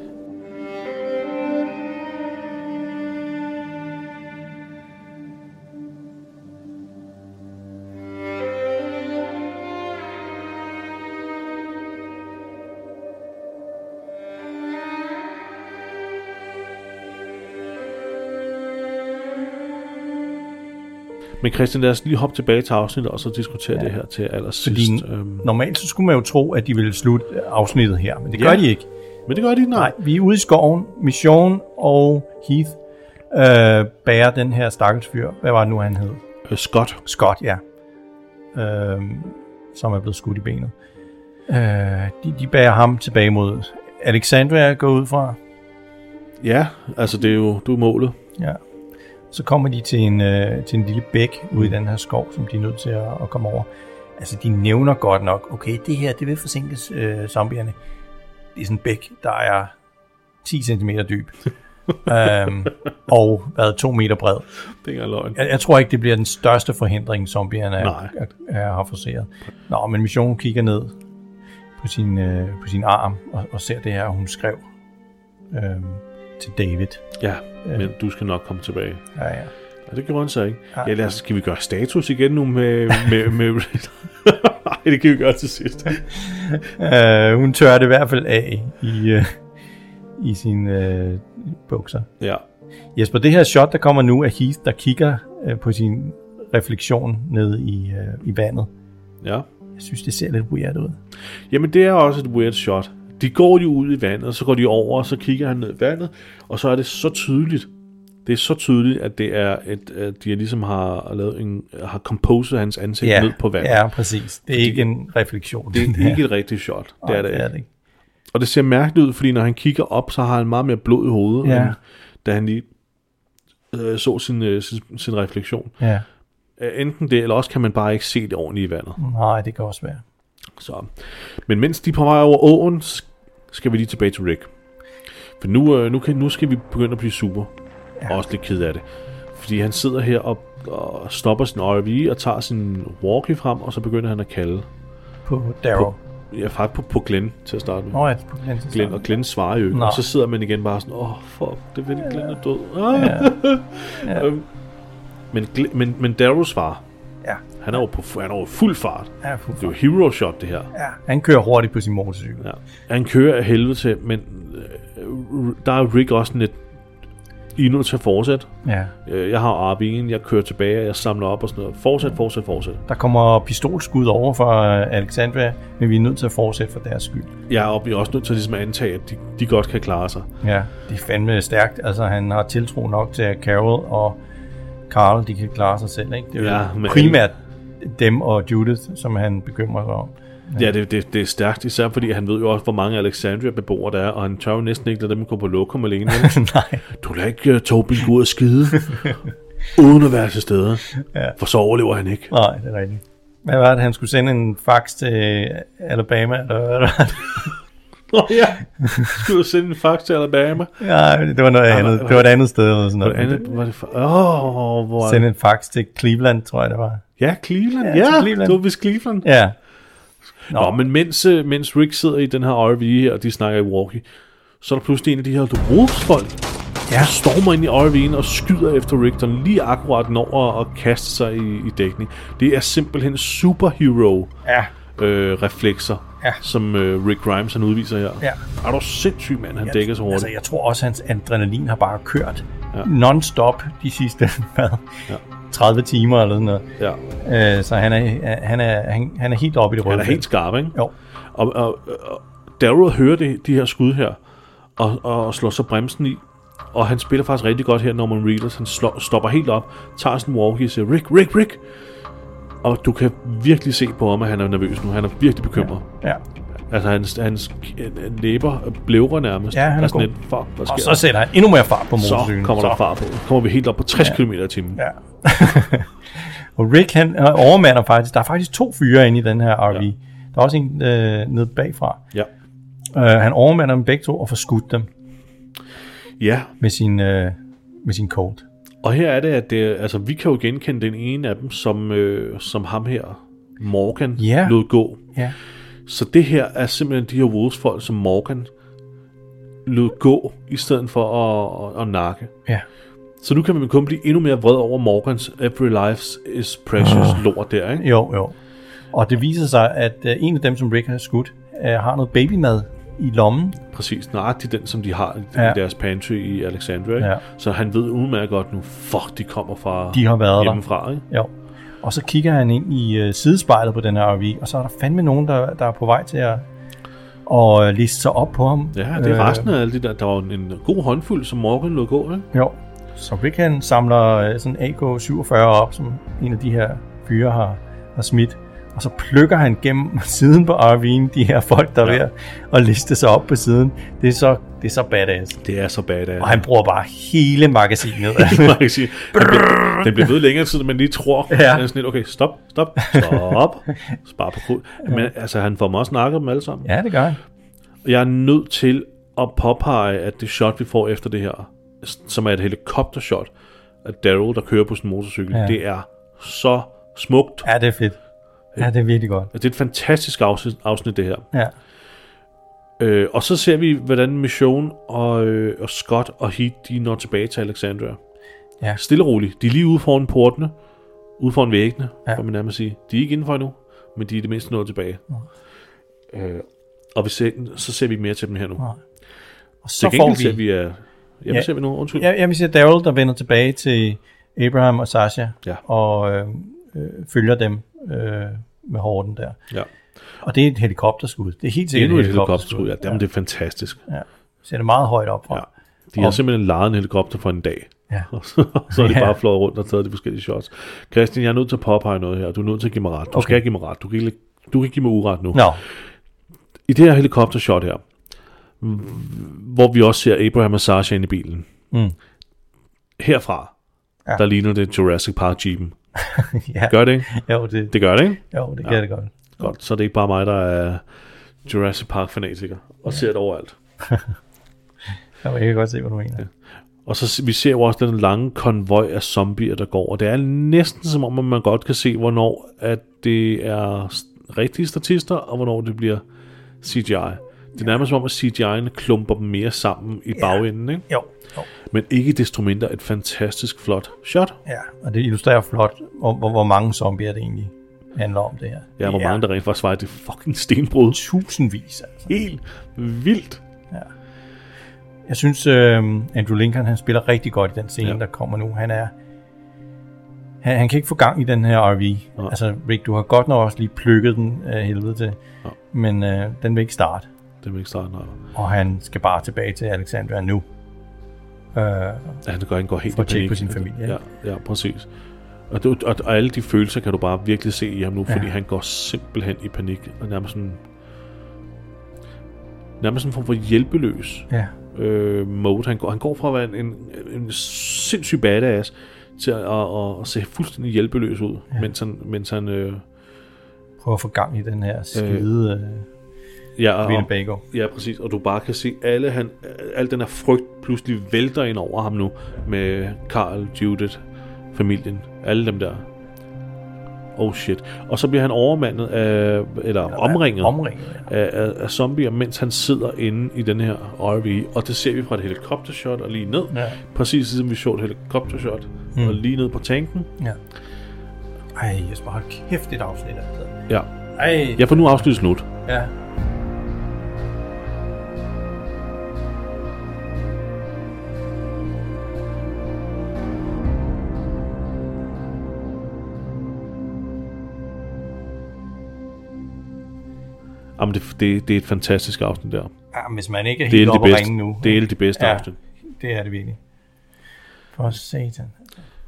Men Christian, lad os lige hoppe tilbage til afsnittet, og så diskutere ja. det her til allersidst. Fordi Fordi... Øhm, normalt så skulle man jo tro, at de ville slutte afsnittet her, men det gør Ja. de ikke. men det gør de ikke, nej. Nej, vi er ude i skoven. Mission og Heath øh, bærer den her stakkels fyr. Hvad var det nu, han hed? Øh, Scott, Scott, ja. Øh, som er blevet skudt i benet. Øh, de, de bærer ham tilbage mod Alexandria, går ud fra. ja, altså det er jo du er målet. Ja. Så kommer de til en, øh, til en lille bæk ude i den her skov, som de er nødt til at, at komme over. Altså, de nævner godt nok, okay, det her, det vil forsinkes øh, zombierne. Det er sådan en bæk, der er 10 cm dyb. øhm, og været 2 meter bred. Det er ikke engang løgn. Jeg, jeg tror ikke, det bliver den største forhindring, zombierne er, Nej. er, er, har forseret. Nå, men missionen kigger ned på sin, øh, på sin arm og, og ser det her, hun skrev. Øhm, til David. Ja, men du skal nok komme tilbage. Ja, ja. Og det gjorde han så ikke. Ja, lad os, skal vi gøre status igen nu med... med, med Nej, det kan vi gøre til sidst. Øh, hun tørrer det i hvert fald af i, øh, i sine øh, bukser. Ja, Jesper, det her shot, der kommer nu, er Heath, der kigger øh, på sin refleksion ned i, øh, i vandet. ja. Jeg synes, det ser lidt weird ud. Jamen, det er også et weird shot. De går jo ud i vandet, og så går de over, og så kigger han ned i vandet, og så er det så tydeligt, det er så tydeligt, at det er et, at de ligesom har lavet en, har composet hans ansigt ned på vandet. ja, præcis. Det er ikke en refleksion. Det er her. ikke et rigtigt shot. Det er det, Nej, ikke. det, er det ikke. Og det ser mærkeligt ud, fordi når han kigger op, så har han meget mere blod i hovedet, Ja. end da han lige øh, så sin, øh, sin, sin refleksion. Ja. Øh, Enten det, eller også kan man bare ikke se det ordentligt i vandet. Nej, det kan også være. Så. Men mens de er på vej over åen, sk- skal vi lige tilbage til Rick. For nu, øh, nu, kan, nu skal vi begynde at blive super. Ja. Og også lidt ked af det. Fordi han sidder her og, og stopper sin RV og tager sin walkie frem, og så begynder han at kalde. På Darrow. Ja, faktisk på, på Glenn til at starte med. Nå, ja, på Glenn. Glenn, og Glenn svarer jo ikke. Nej. Og så sidder man igen bare sådan, åh, oh, fuck, det ved jeg, Glenn er død. Ah. Ja. Øhm, men, Gl- men, men Darrow svarer. Ja. Han er jo på han er jo i fuld fart. Ja, fuld Det er jo hero shot, det her. ja. Han kører hurtigt på sin motorcykel. Ja. Han kører af helvede til, men øh, r- der er Rick også sådan lidt, I er nødt til at fortsætte. Ja. Øh, Jeg har RB'en, jeg kører tilbage, og jeg samler op og sådan noget. Fortsæt, fortsæt, fortsæt. Der kommer pistolskud over fra øh, Alexandria, men vi er nødt til at fortsætte for deres skyld. Jeg er op, vi er også nødt til ligesom at antage, at de, de godt kan klare sig. Ja, det er fandme stærkt. Altså, han har tiltro nok til, at Carol og Carl, de kan klare sig selv, ikke? Det er Ja, jo men- primært dem og Judith, som han bekymrer sig om. Ja, det, det, det er stærkt, især fordi han ved jo også, hvor mange Alexandria-beboere der er, og han tør jo næsten ikke lade dem gå på lokum alene. vel? Nej. du lader ikke uh, Tobi gå ud og skide, uden at være til stede, ja. for så overlever han ikke. Nej, det er rigtigt. Hvad var det, han skulle sende en fax til Alabama? Eller hvad var det? Nå ja, skulle du sende en fax til Alabama? Nej, det var noget Ja, andet. var- Det var et andet sted eller sådan Var det noget. andet, var det for... Åh, oh, hvor er Sende en fax til Cleveland, tror jeg, det var. Ja, Cleveland. Ja, Ja, til ja Cleveland. Cleveland. du er vist Cleveland. Ja. Ja, Nå, men mens, øh, mens Rick sidder i den her RV her, og de snakker i walkie, så er der pludselig en af de her Wolves-folk, ja. stormer ind i RV'en og skyder efter Rick, der lige akkurat når at, at kaste sig i, i dækning. Det er simpelthen superhero Ja. øh, reflekser, Ja. som øh, Rick Grimes han udviser her. Ja. Er du sindssyg, mand, han dækker så hurtigt. Altså, jeg tror også, at hans adrenalin har bare kørt ja. non-stop de sidste hvad, ja. 30 timer eller sådan noget. ja. Øh, så han er, han, er, han, han er helt oppe i det røde. Han er helt skarp, ikke? Jo. Og, og, og Darrow hører det, de her skud her, og, og slår så bremsen i. Og han spiller faktisk rigtig godt her, Norman Reedus. Han slår, stopper helt op, tager sin walkie og siger, Rick, Rick, Rick! Og du kan virkelig se på ham, at han er nervøs nu. Han er virkelig bekymret. Ja. Ja. Altså, hans, hans k- læber blævrer nærmest. Ja, han er er sådan god. lidt, fuck, hvad sker Og der?" så sætter han endnu mere fart på så motorcyklen. kommer der far på. Så kommer vi helt op på 60 ja. km i timen. Ja. og Rick, han øh, overmander faktisk. Der er faktisk to fyre inde i den her RV. Ja. Der er også en øh, nede bagfra. Ja. Øh, han overmander dem begge to og får skudt dem ja, med sin, øh, med sin Colt. og her er det, at det, altså, vi kan jo genkende den ene af dem, som, øh, som ham her, Morgan, Ja. lod gå. Ja. Så det her er simpelthen de her Wolves-folk, som Morgan lod gå, i stedet for at, at, at nakke. Ja. Så nu kan man kun blive endnu mere vred over Morgans Every Life is Precious Ah. oh. lort der, ikke? Jo, jo. Og det viser sig, at øh, en af dem, som Rick har skudt, øh, har noget babymad i lommen. Præcis, nøjagtigt den, som de har i Ja. ja. deres pantry i Alexandria, ikke? Ja. Så han ved udmærket godt nu, fuck, de kommer fra De har været der. hjemmefra, ikke? Jo. Og så kigger han ind i øh, sidespejlet på den her RV, og så er der fandme nogen, der, der er på vej til at og øh, liste sig op på ham. Øh, Ja, det er resten af alle de der. Der var en, en god håndfuld, som Morgan lod gå, ikke? Jo. Så Rick han samler øh, sådan AK-47 op, som en af de her fyre har, har smidt. Og så plukker han gennem siden på RV'en de her folk, der er Ja. ved at liste sig op på siden. Det er så, det er så badass. Det er så badass. Og han bruger bare hele magasinet. man kan sige, den, bliver, den bliver ved længere tid, end man lige tror. Ja. Ja. Er sådan lidt, okay, stop, stop, stop. Spar på krudt. Men altså, han får mig også nakket dem alle sammen. ja, det gør han. Jeg er nødt til at påpege, at det shot, vi får efter det her, s- som er et helikoptershot af Daryl, der kører på sin motorcykel, Ja. ja. det er så smukt. Ja, det er fedt. Ja, det er virkelig godt. Det er et fantastisk afsnit, afsnit det her. Ja. Øh, og så ser vi, hvordan Mission og, øh, og Scott og Heat, de når tilbage til Alexandria. Ja. Stille og roligt. De er lige ude foran portene, ude foran væggene, Ja. ja. man nærmest sige. De er ikke indenfor endnu, men de er i det mindste nået tilbage. Øh, og vi ser, så ser vi mere til dem her nu. Ja. Og Så så Til får gengæld vi... ser vi... Uh, ja, Ja. hvad ser vi nu? Undskyld. Ja, jeg vil sige Daryl, der vender tilbage til Abraham og Sasha, Ja. og øh, øh, følger dem øh, med horden der. ja. Og det er et helikopterskud. Det er helt Det er sikkert endnu et et helikopterskud. Ja, Ja. jamen, det er fantastisk. ja. Ser det meget højt op fra. Ja. De har Og- simpelthen lejet en helikopter for en dag. Ja. Og så, så er de Ja. bare flået rundt og taget de forskellige shots. Christian, jeg er nødt til at påpege noget her. Du er nødt til at give mig ret. Du okay. skal give mig ret. Du kan ikke, du kan ikke give mig uret nu. Nå, I det her helikoptershot her, hvor vi også ser Abraham og Sasha inde i bilen. Mm. Herfra, Ja. ja. der ligner det Jurassic Park-jeepen. ja. Gør det ikke? Jo, det, Det gør det, ikke? jo, det kan det godt. Godt, så er det ikke bare mig, der er Jurassic Park-fanatiker og ser det overalt. Jo, Jeg kan godt se, hvad du mener. Og så s- vi ser jo også den lange konvoj af zombier, der går, og det er næsten som om, at man godt kan se, hvornår at det er s- rigtige statister, og hvornår det bliver CGI. Det er nærmest som om, at CGI'en klumper dem mere sammen i bagenden, ikke? Jo, jo. Men ikke desto mindre et fantastisk flot shot. Ja, og det illustrerer flot, hvor, hvor, hvor mange zombier det egentlig handler om det her. Ja, hvor Det er mange der rent faktisk var i det fucking stenbrud. Tusindvis, altså. Helt vildt. Jeg synes, øh, Andrew Lincoln, han spiller rigtig godt i den scene, ja. Ja. der kommer nu. Han er... Han, han kan ikke få gang i den her RV. Ja. Altså, Rick, du har godt nok også lige plukket den øh, helvede til, ja. men øh, den vil ikke starte. Det er ikke starte, nej. Og han skal bare tilbage til Alexandria nu. Øh, Ja, han går, han går helt For i at tjekke panik. på sin familie, ikke? Ja, ja præcis. Og, det, og, og alle de følelser kan du bare virkelig se i ham nu, fordi Ja. han går simpelthen i panik, og nærmest sådan, nærmest sådan en form for hjælpeløs ja. øh, mode. Han går, han går fra at være en, en, en sindssyg badass, til at, at, at, at se fuldstændig hjælpeløs ud, ja. mens han, mens han øh, Prøv at få gang i den her skide øh, ja, og, Winnebago. Ja, præcis. Og du bare kan se, alle han, al den her frygt pludselig vælter ind over ham nu med Carl, Judith, familien, alle dem der. Oh shit. Og så bliver han overmandet af, eller omringet, Omringet, ja. af, af, af zombier, mens han sidder inde i den her RV. Og det ser vi fra et helikoptershot og lige ned. Ja. Hmm. Præcis ligesom vi så et helikoptershot mm. og lige ned på tanken. ja. Ej, Jesper, hold kæft, det er et afsnit, altså. Ja. Ej, Jeg får nu afsluttet slut. ja. Jamen, det, det, det er et fantastisk afsnit der. Ja, Ah, men hvis man ikke er Det er helt et af de oppe at bedste, ringe nu. det er et af de bedste ja. afsnit. det er det virkelig. For satan.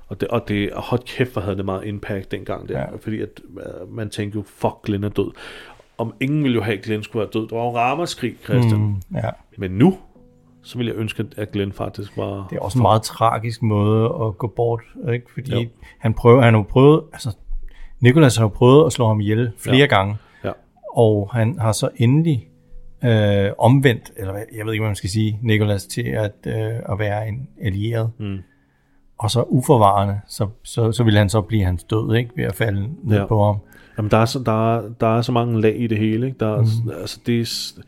Og det, og det, og hold kæft, hvor havde det meget impact dengang der, Ja. ja. fordi at, øh, man tænkte jo, fuck, Glenn er død. Om ingen ville jo have, at Glenn skulle være død. Der var jo ramaskrig, Christian. Mm. Ja, Men nu, så ville jeg ønske, at Glenn faktisk var... det er også en meget tragisk måde at gå bort, ikke? Fordi Jo. han prøver, han har jo prøvet, altså Nikolas har jo prøvet at slå ham ihjel flere ja. Ja. gange, Ja, og han har så endelig øh, omvendt, eller hvad- jeg ved ikke, hvad man skal sige, Nikolas til at, øh, at være en allieret. Mm. Og så uforvarende, så, så, så ville han så blive hans død, ikke? Ved at falde ned Ja. på ham. Jamen, der er, så, der, er, der er så mange lag i det hele. Ikke? Der er, mm. altså, det, er s-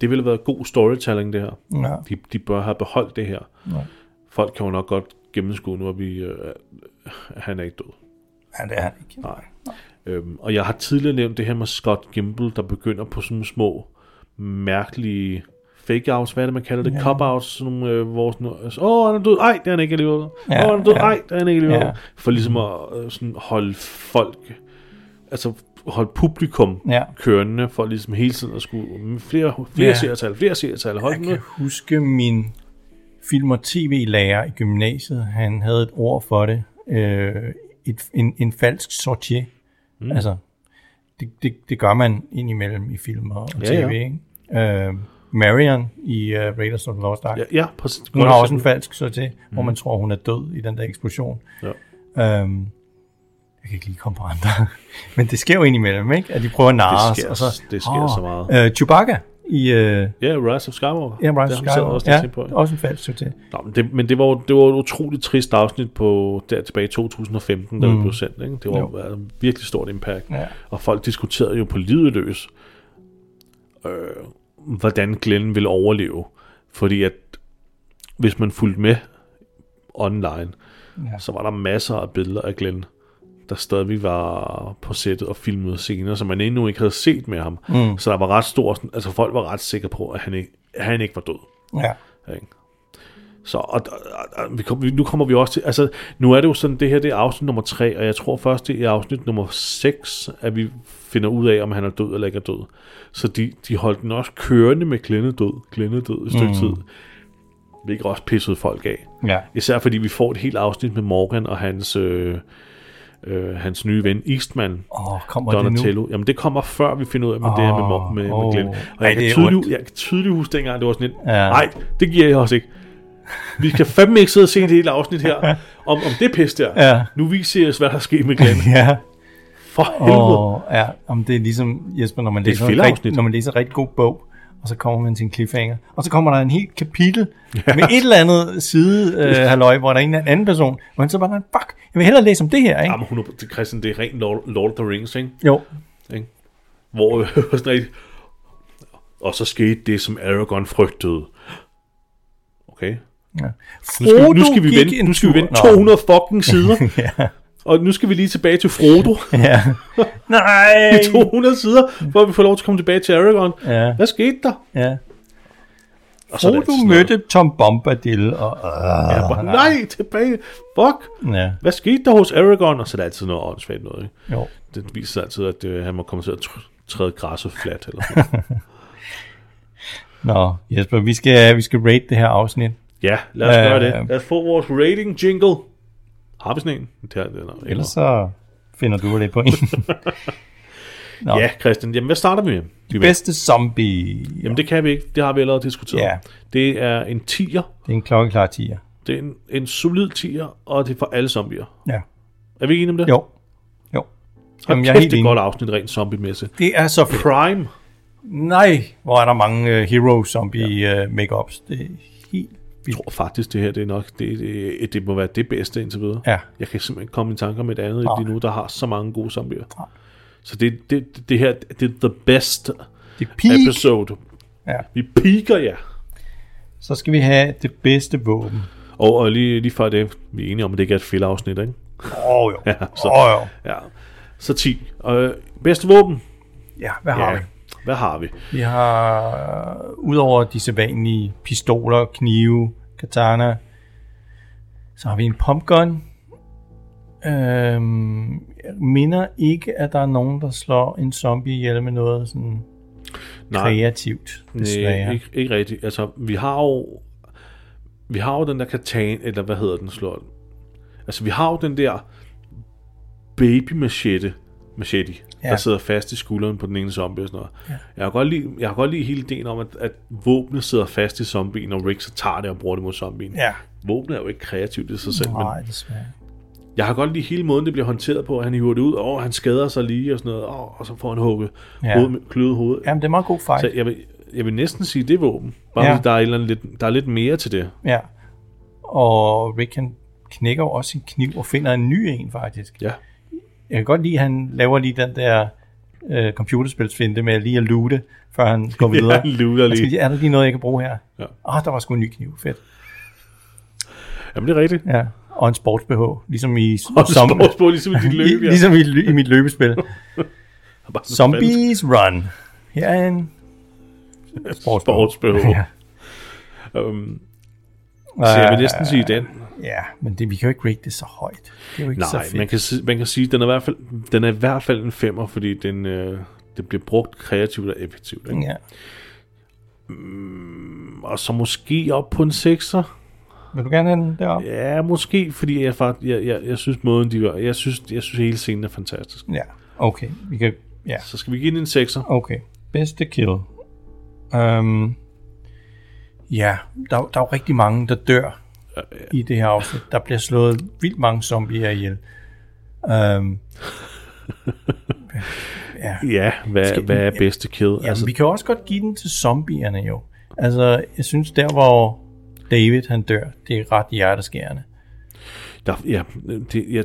det ville have været god storytelling, det her. Ja. De, de bør have beholdt det her. Nej. Folk kan jo nok godt gennemskue nu, at vi, øh, han er ikke død. ja, det er han ikke. Nej. Øhm, og jeg har tidligere nævnt det her med Scott Gimple, der begynder på sådan nogle små mærkelige fake-outs, hvad er det, man kalder det? Ja. Cop-outs, sådan nogle, øh, hvor sådan noget, altså, åh, han er død, ej, det er han ikke alligevel. Åh, Ja, han er død, ja. ej, det er han ikke alligevel. Ja. Ja. For ligesom at øh, sådan holde folk, altså holde publikum Ja. kørende, for ligesom hele tiden at skulle "Mm, flere, flere Ja. ja. seertal, flere seertal, hold Jeg dem kan med. huske min film- og tv-lærer i gymnasiet. Han havde et ord for det. Øh, et, en, en falsk sortier. Mm. Altså, det, det, det gør man indimellem i film og, og Ja, tv. ja. Ikke? Øh, Marion i uh, Raiders of the Lost Ark. Ja, ja, præcis. Hun Godt har også en eksempel. falsk sortier, mm. hvor man tror, hun er død i den der eksplosion. Ja. Øhm, jeg kan ikke lige komme på andre. Men det sker jo indimellem, ikke? At de prøver at narre sker- os. Og så, det sker så meget. Øh, Chewbacca i... Øh, Ja, Rise of Skywalker. Ja, Rise Det of har vi selv Skywalker. også ja. på. ja, også en falsk til. Nå, men det, men det var, jo- det var jo et utroligt trist afsnit på der tilbage i 2015, da mm. det blev sendt. Ikke? Det var Jo. jo. et virkelig stort impact. Ja. Og folk diskuterede jo på livet løs. Øh, hvordan Glenn vil overleve. Fordi at hvis man fulgte med online, ja. så var der masser af billeder af Glenn, der stadigvæk var på sættet og filmede scener, som man endnu ikke havde set med ham. Mm. Så der var ret stor, sådan- altså folk var ret sikre på, at han ikke, at han ikke var død. Ja. Ikke? Så og, og, og, vi kom, vi- nu kommer vi også til, altså nu er det jo sådan, det her det er afsnit nummer 3, og jeg tror først det er i afsnit nummer 6, at vi finder ud af, om han er død eller ikke er død. Så de, de holdt den også kørende med klændedød, klændedød et stykke mm. tid, hvilket også pissede folk af. Ja. Især fordi vi får et helt afsnit med Morgan og hans, øh, øh, hans nye ven Eastman, Åh, oh, kommer det nu? Donatello. Jamen det kommer før vi finder ud af med det her med, Mor- med, med Åh, Glenn. ej, Og jeg, det kan er tydeligt, ondt. jeg kan tydeligt huske dengang, det var sådan lidt, Ja. nej, det giver jeg også ikke. Vi kan fandme ikke sidde og se det hele afsnit her, om, om det pis der. Ja. Nu viser os, hvad der er sket med Glenn. Ja. For helvede. Og, ja, om det er ligesom, Jesper, når man, Det er et læser en, rigtig, filler-afsnit. når man læser en rigtig god bog, og så kommer man til en cliffhanger, og så kommer der en helt kapitel med et eller andet side, øh, halløj, hvor der er en eller anden person, og man så bare, fuck, jeg vil hellere læse om det her, ikke? Jamen, 100, det, Christian, det er rent Lord, Lord of the Rings, ikke? Jo, Hvor øh, sådan rigtig, og så skete det, som Aragorn frygtede. Okay, Nu skal, nu skal vi gik vente, en nu skal vi tur- vente Nå. 200 fucking sider. Og nu skal vi lige tilbage til Frodo Ja. Nej! i 200 sider, for at vi får lov til at komme tilbage til Aragorn. Ja. Hvad skete der? Ja. Og er det Frodo altid sådan mødte Tom Bombadil, og... Uh, noget, Ah. hvor- Nej, tilbage. Fuck. ja. Hvad skete der hos Aragorn? Og så er der altid noget åndssvagt noget. Ikke? Jo. Det viser sig altid, at øh, han må komme til at tr- træde græsset fladt. Eller sådan. noget. Nå, Jesper, vi skal, vi skal rate det her afsnit. ja, lad os Ja, gøre ja. det. Lad os få vores rating jingle. Har vi sådan en? Det har- det er der ikke Ellers så finder du det på en. Nå, noget. Ja, Christian. Jamen, hvad starter vi med? Vi med. bedste zombie. Jamen, det kan vi ikke. Det har vi allerede diskuteret. Ja. Det er en 10'er. Det er en klokkeklar 10'er. Det er en, en solid 10'er, og det er for alle zombier. Ja. Er vi enige om det? Jo. Jo. Jamen, jeg er helt det er et godt afsnit rent zombie-mæssigt. Det er så fedt. Prime. Nej, hvor er der mange uh, hero zombie ja. uh, makeups. Det er helt Jeg tror faktisk, det her det er nok, det, det, det må være det bedste indtil videre. Ja. Jeg kan simpelthen ikke komme i tanker om et andet Nej. Nej. lige nu, der har så mange gode zombier. Nej. Så det, det, det her, det er the best det er peak. episode. Ja. Vi piker jer. Ja. Så skal vi have det bedste våben. Og, og lige, lige før det, vi er enige om, at det ikke er et filler-afsnit, ikke? Åh oh, jo. Ja, så- Åh oh, jo. Ja. Så 10. Øh, bedste våben? Ja, hvad har vi? Hvad har vi? Vi har, øh, udover de sædvanlige pistoler, knive, katana, så har vi en pumpgun. Øhm, jeg minder ikke, at der er nogen, der slår en zombie ihjel med noget sådan kreativt, desværre. Nej, ikke, ikke rigtigt. Altså, vi har jo... Vi har jo den der katan, eller hvad hedder den, slår den? Altså, vi har jo den der baby machete, machete ja. Ja. der sidder fast i skulderen på den ene zombie og sådan noget. Ja. Jeg, kan godt lide, jeg kan godt lide hele ideen om, at, at våbnet sidder fast i zombien, og Rick så tager det og bruger det mod zombien. Ja. Våbnet er jo ikke kreativt i sig selv, men Nej, desværre. jeg har godt lide hele måden, det bliver håndteret på. Han hiver det ud, og åh, han skader sig lige og sådan noget, åh, og så får han hugget Ja. ja. hoved, kløet hovedet. Jamen, det er meget god fight. Så jeg vil, jeg vil næsten sige, det er våben. Bare Ja. ja. der, er et eller andet, lidt, der er lidt mere til det. Ja. Og Rick, han knækker jo også sin kniv og finder en ny en, faktisk. Ja. Jeg kan godt lide, at han laver lige den der øh, computerspilsfinte med lige at loote, før han går videre. han looter Han skal lige. lige. Er der lige noget, jeg kan bruge her? Ja. Åh, oh, der var sgu en ny kniv. Fedt. Jamen, det er rigigt. Ja. Og en sports-BH, ligesom i, Og så står på ligesom i dit løb, ja. ligesom i, ly- i mit løbespil. Bare sådan en Zombies Run. Her er en sports Sportsbehov. Ja. ja. Øhm, så jeg vil næsten sige den. ja, men det, vi kan jo ikke rate det så højt. Det er jo ikke så Nej, fedt. man kan, si- man kan sige, den er i hvert fald, den er i hvert fald en femmer, fordi den, øh, det bliver brugt kreativt og effektivt. Ikke? Ja. Mm. Og så måske op på en sekser. Vil du gerne have den deroppe? Ja, måske, fordi jeg, fakt- jeg, jeg, jeg synes måden, de gør, jeg synes, jeg synes hele scenen er fantastisk. Ja. Okay, vi kan... Ja. Så skal vi give den en sekser. Okay. Bedste kill. Um, ja, der, der er jo rigtig mange, der dør i det her afsnit. Der bliver slået vildt mange zombier ihjel. Um, Ja, hvad, Skal- hvad er bedste kæde? ja, altså, vi kan jo også godt give den til zombierne jo. Altså, jeg synes der, hvor David han dør, det er ret hjerteskærende. Der, ja, det, ja,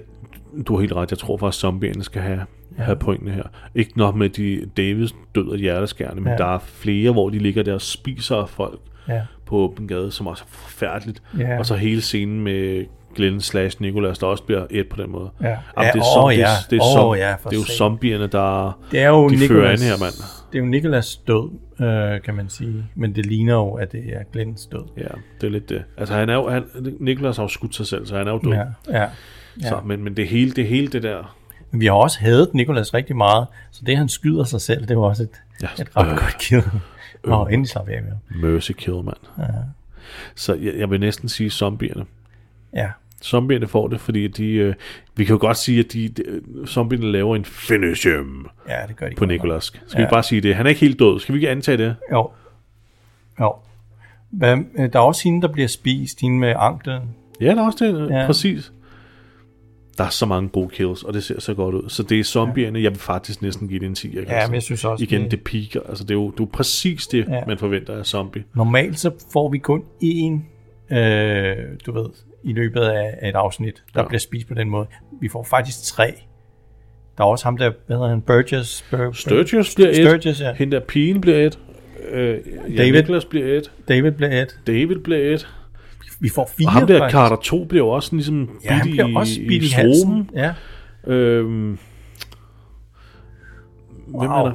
du har helt ret. Jeg tror faktisk, zombierne skal have have pointene her. Ikke nok med, at de Davis død og hjerteskærende, men Ja. der er flere, hvor de ligger der og spiser folk Ja. på åben gade, som også er forfærdeligt. Ja. Og så hele scenen med Glenn slash Nicholas, der også bliver et på den måde. Ja. Jamen, det er, Ja, som, åh, det, er, ja. det, er Åh, som, ja, for det er jo satan. zombierne, der Det er jo de Nicolas, fører an her, mand. Det er jo Nikolas død, øh, kan man sige. Men det ligner jo, at det er Glens død. Ja, det er lidt det. Altså, han er jo, han, Nicholas har jo skudt sig selv, så han er jo død. Ja. Ja, ja. Ja. Så, men, men det hele, det hele det der... Men vi har også hadet Nikolas rigtig meget, så det, han skyder sig selv, det var også et, Ja. et ret Øh. øh. godt kill. Nå, endelig slap jeg af med ham. Mercy kill, mand. Ja. Så jeg, jeg vil næsten sige zombierne. Ja, Zombierne får det, fordi de... Øh, vi kan jo godt sige, at de, de, øh, zombierne laver en finish him ja, det gør de på godt nok. Nicholas. Skal ja. Ja. vi bare sige det? Han er ikke helt død. Skal vi ikke antage det? Jo. Jo. Hvad, øh, der er også hende, der bliver spist, hende med anklen. Ja, der er også det. Ja. Ja. Præcis. Der er så mange gode kills, og det ser så godt ud. Så det er zombierne, ja. jeg vil faktisk næsten give det en 10. Ja, men jeg synes også, Altså, øh, Igen, det- det piker. Altså, det er jo, det er jo præcis det, ja. Ja. man forventer af zombie. Normalt så får vi kun én, øh, du ved, i løbet af, af et afsnit, der Ja. ja. bliver spist på den måde. Vi får faktisk tre. Der er også ham der, hvad hedder han, Burgess? Bur- Sturgis bliver et. Sturgis, ja. Hende der pigen bliver et. Øh, David. David. Niklas bliver et. David bliver et. David bliver et. Vi får fire, Og ham der faktisk. Carter 2 bliver jo også sådan ligesom Ja, han bliver også i, bidt i struben. halsen. Ja. Øhm, Hvem er Wow. der?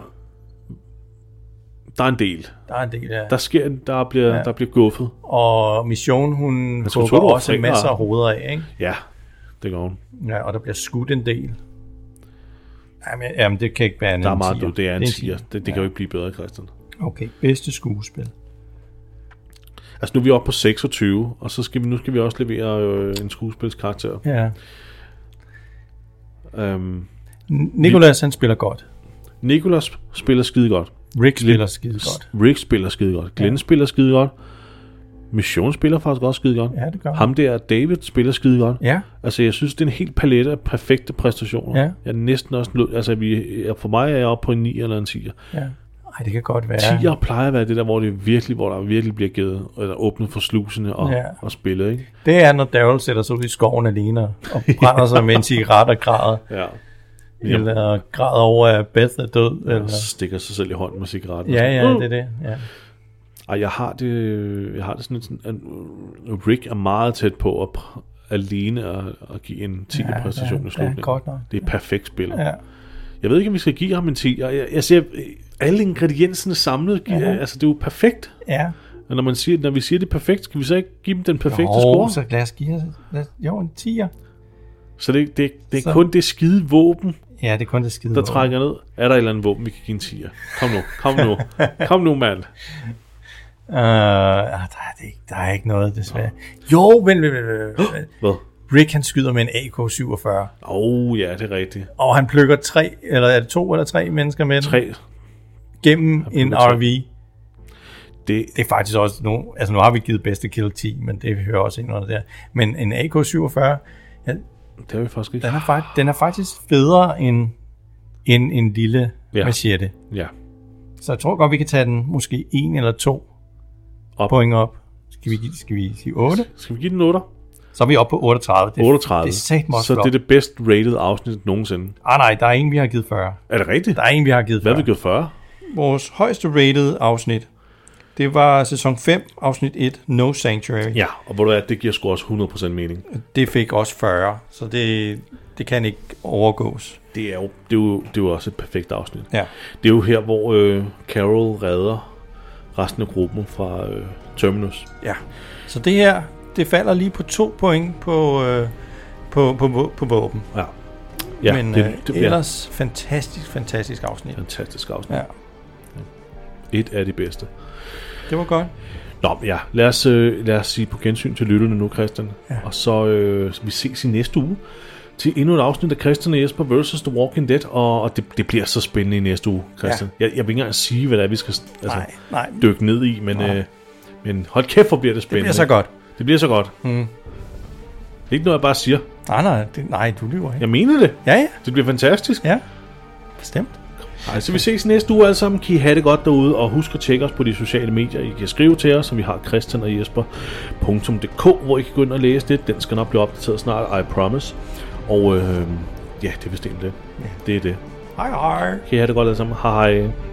Der er en del. Der er en del af. Der, sker, en- der, bliver, ja. der bliver guffet. Og Mission, hun skal hugger tro, du var også fri, masser hva'? af hoveder af, ikke? Ja, det går hun. Ja, og der bliver skudt en del. Jamen, jamen det kan ikke være andet Der er end meget tier. du, det er en tier. tier. Det, det ja. kan jo ikke blive bedre, Christian. Okay, bedste skuespil. Altså nu er vi oppe på 26, og så skal vi, nu skal vi også levere øh, en skuespilskarakter. Ja. Øhm, Nikolas, han spiller godt. Nikolas spiller skide godt. Rick spiller skide godt. Rick spiller skide godt. Glenn ja. spiller skide godt. Mission spiller faktisk også skide godt. Ja, det gør han. Ham der, David, spiller skide godt. Ja, Altså, jeg synes, det er en helt palet af perfekte præstationer. Ja. Jeg er næsten også nødt... Altså, vi, jeg- for mig er jeg oppe på en 9 eller en 10'er. ja. Ej, det kan godt være. 10'er plejer at være det der, hvor, det virkelig, hvor der virkelig bliver givet, eller åbnet for slusene og, Ja. og spillet, ikke? Det er, når Daryl sætter sig ud i skoven alene og brænder sig med en cigaret og græder. Ja. Eller græder over, at Beth er død. Og Eller... stikker sig selv i hånden med cigaretten. Ja, ja, Uh. det er det. Ja. Ej, jeg har det, jeg har det sådan lidt sådan, at øh, Rick er meget tæt på at pr- alene at, at give en 10 ja, præstation det er- i det er slutningen. godt nok. Det er perfekt spil. ja. Jeg ved ikke, om vi skal give ham en 10. Jeg, jeg, jeg ser øh, alle ingredienserne samlet. gi- Altså, det er jo perfekt. ja. Og når, man siger, når vi siger, det er perfekt, skal vi så ikke give dem den perfekte Jo, score? Så, så lad os give os, lad os, jo, en 10'er. så det, det, det er så- kun det skide våben, Ja, det er kun det skide. der ord. trækker ned. Er der et eller andet våben, vi kan give en 10'er? Kom nu, kom nu. kom nu, mand. Øh, ah, der, er det ikke, der er ikke noget, desværre. Jo, men, men, men, men, men Hvad? Rick han skyder med en AK-47, Åh, oh, ja, det er rigtigt. og han plukker tre, eller er det to eller tre mennesker med den, Tre. gennem en plukker tre. RV. Det, Det er faktisk også nu, altså nu har vi givet bedste kill 10, men det hører også ind under der. Men en AK-47, ja, det har vi faktisk ikke. den, er faktisk, den er faktisk federe end, end en lille Ja. ja. machete. Ja. Så jeg tror godt, vi kan tage den måske en eller to Op. point op. Skal vi, give- skal vi sige 8? Skal vi give den 8? Så er vi oppe på 38. Det, 38. Det er satme også så flot. det er det bedst rated afsnit nogensinde. Ah, nej, der er en, vi har givet 40. Er det rigtigt? Der er en, vi har givet 40. Hvad har vi givet 40? Vores højeste rated afsnit, det var sæson 5, afsnit 1, No Sanctuary. Ja, og hvor du er, det giver sgu også 100% mening. Det fik også 40, så det, det kan ikke overgås. Det er, jo, det, er jo, det er jo også et perfekt afsnit. Ja. Det er jo her, hvor øh, Carol redder resten af gruppen fra øh, Terminus. ja. Så det her, det falder lige på to point på, øh, på, på, på, på våben. Ja, ja det, Men det, øh, det det bliver ellers... ellers fantastisk, fantastisk afsnit. et fantastisk afsnit. Ja. Ja, Et af de bedste. det var godt. Nå, men ja, lad os, øh, lad os sige på gensyn til lytterne nu, Christian. Ja. Og så øh, så vi ses i næste uge til endnu et afsnit af Christian og Jesper vs. The Walking Dead. Og, og det, det bliver så spændende i næste uge, Christian. Ja. Jeg, jeg vil ikke engang sige, hvad det er, vi skal altså, Nej, nej. dykke ned i, men, øh, men hold kæft, hvor bliver det Det spændende. bliver så godt. Det bliver så godt. Mm. Ikke noget, jeg bare siger. Nej, nej, det, nej, du lyver ikke. Jeg mener det. Ja, ja, Det bliver fantastisk. ja. Bestemt. Ej, så vi ses næste uge alle sammen. Kan I have det godt derude, og husk at tjekke os på de sociale medier. I kan skrive til os, som vi har Christian og Jesper.dk, hvor I kan gå ind og læse det. Den skal øhm, nok blive opdateret snart, I promise. Og øh, ja, det er vist egentlig det. Det er det. Hej hej. Kan I have det godt alle sammen? Hej.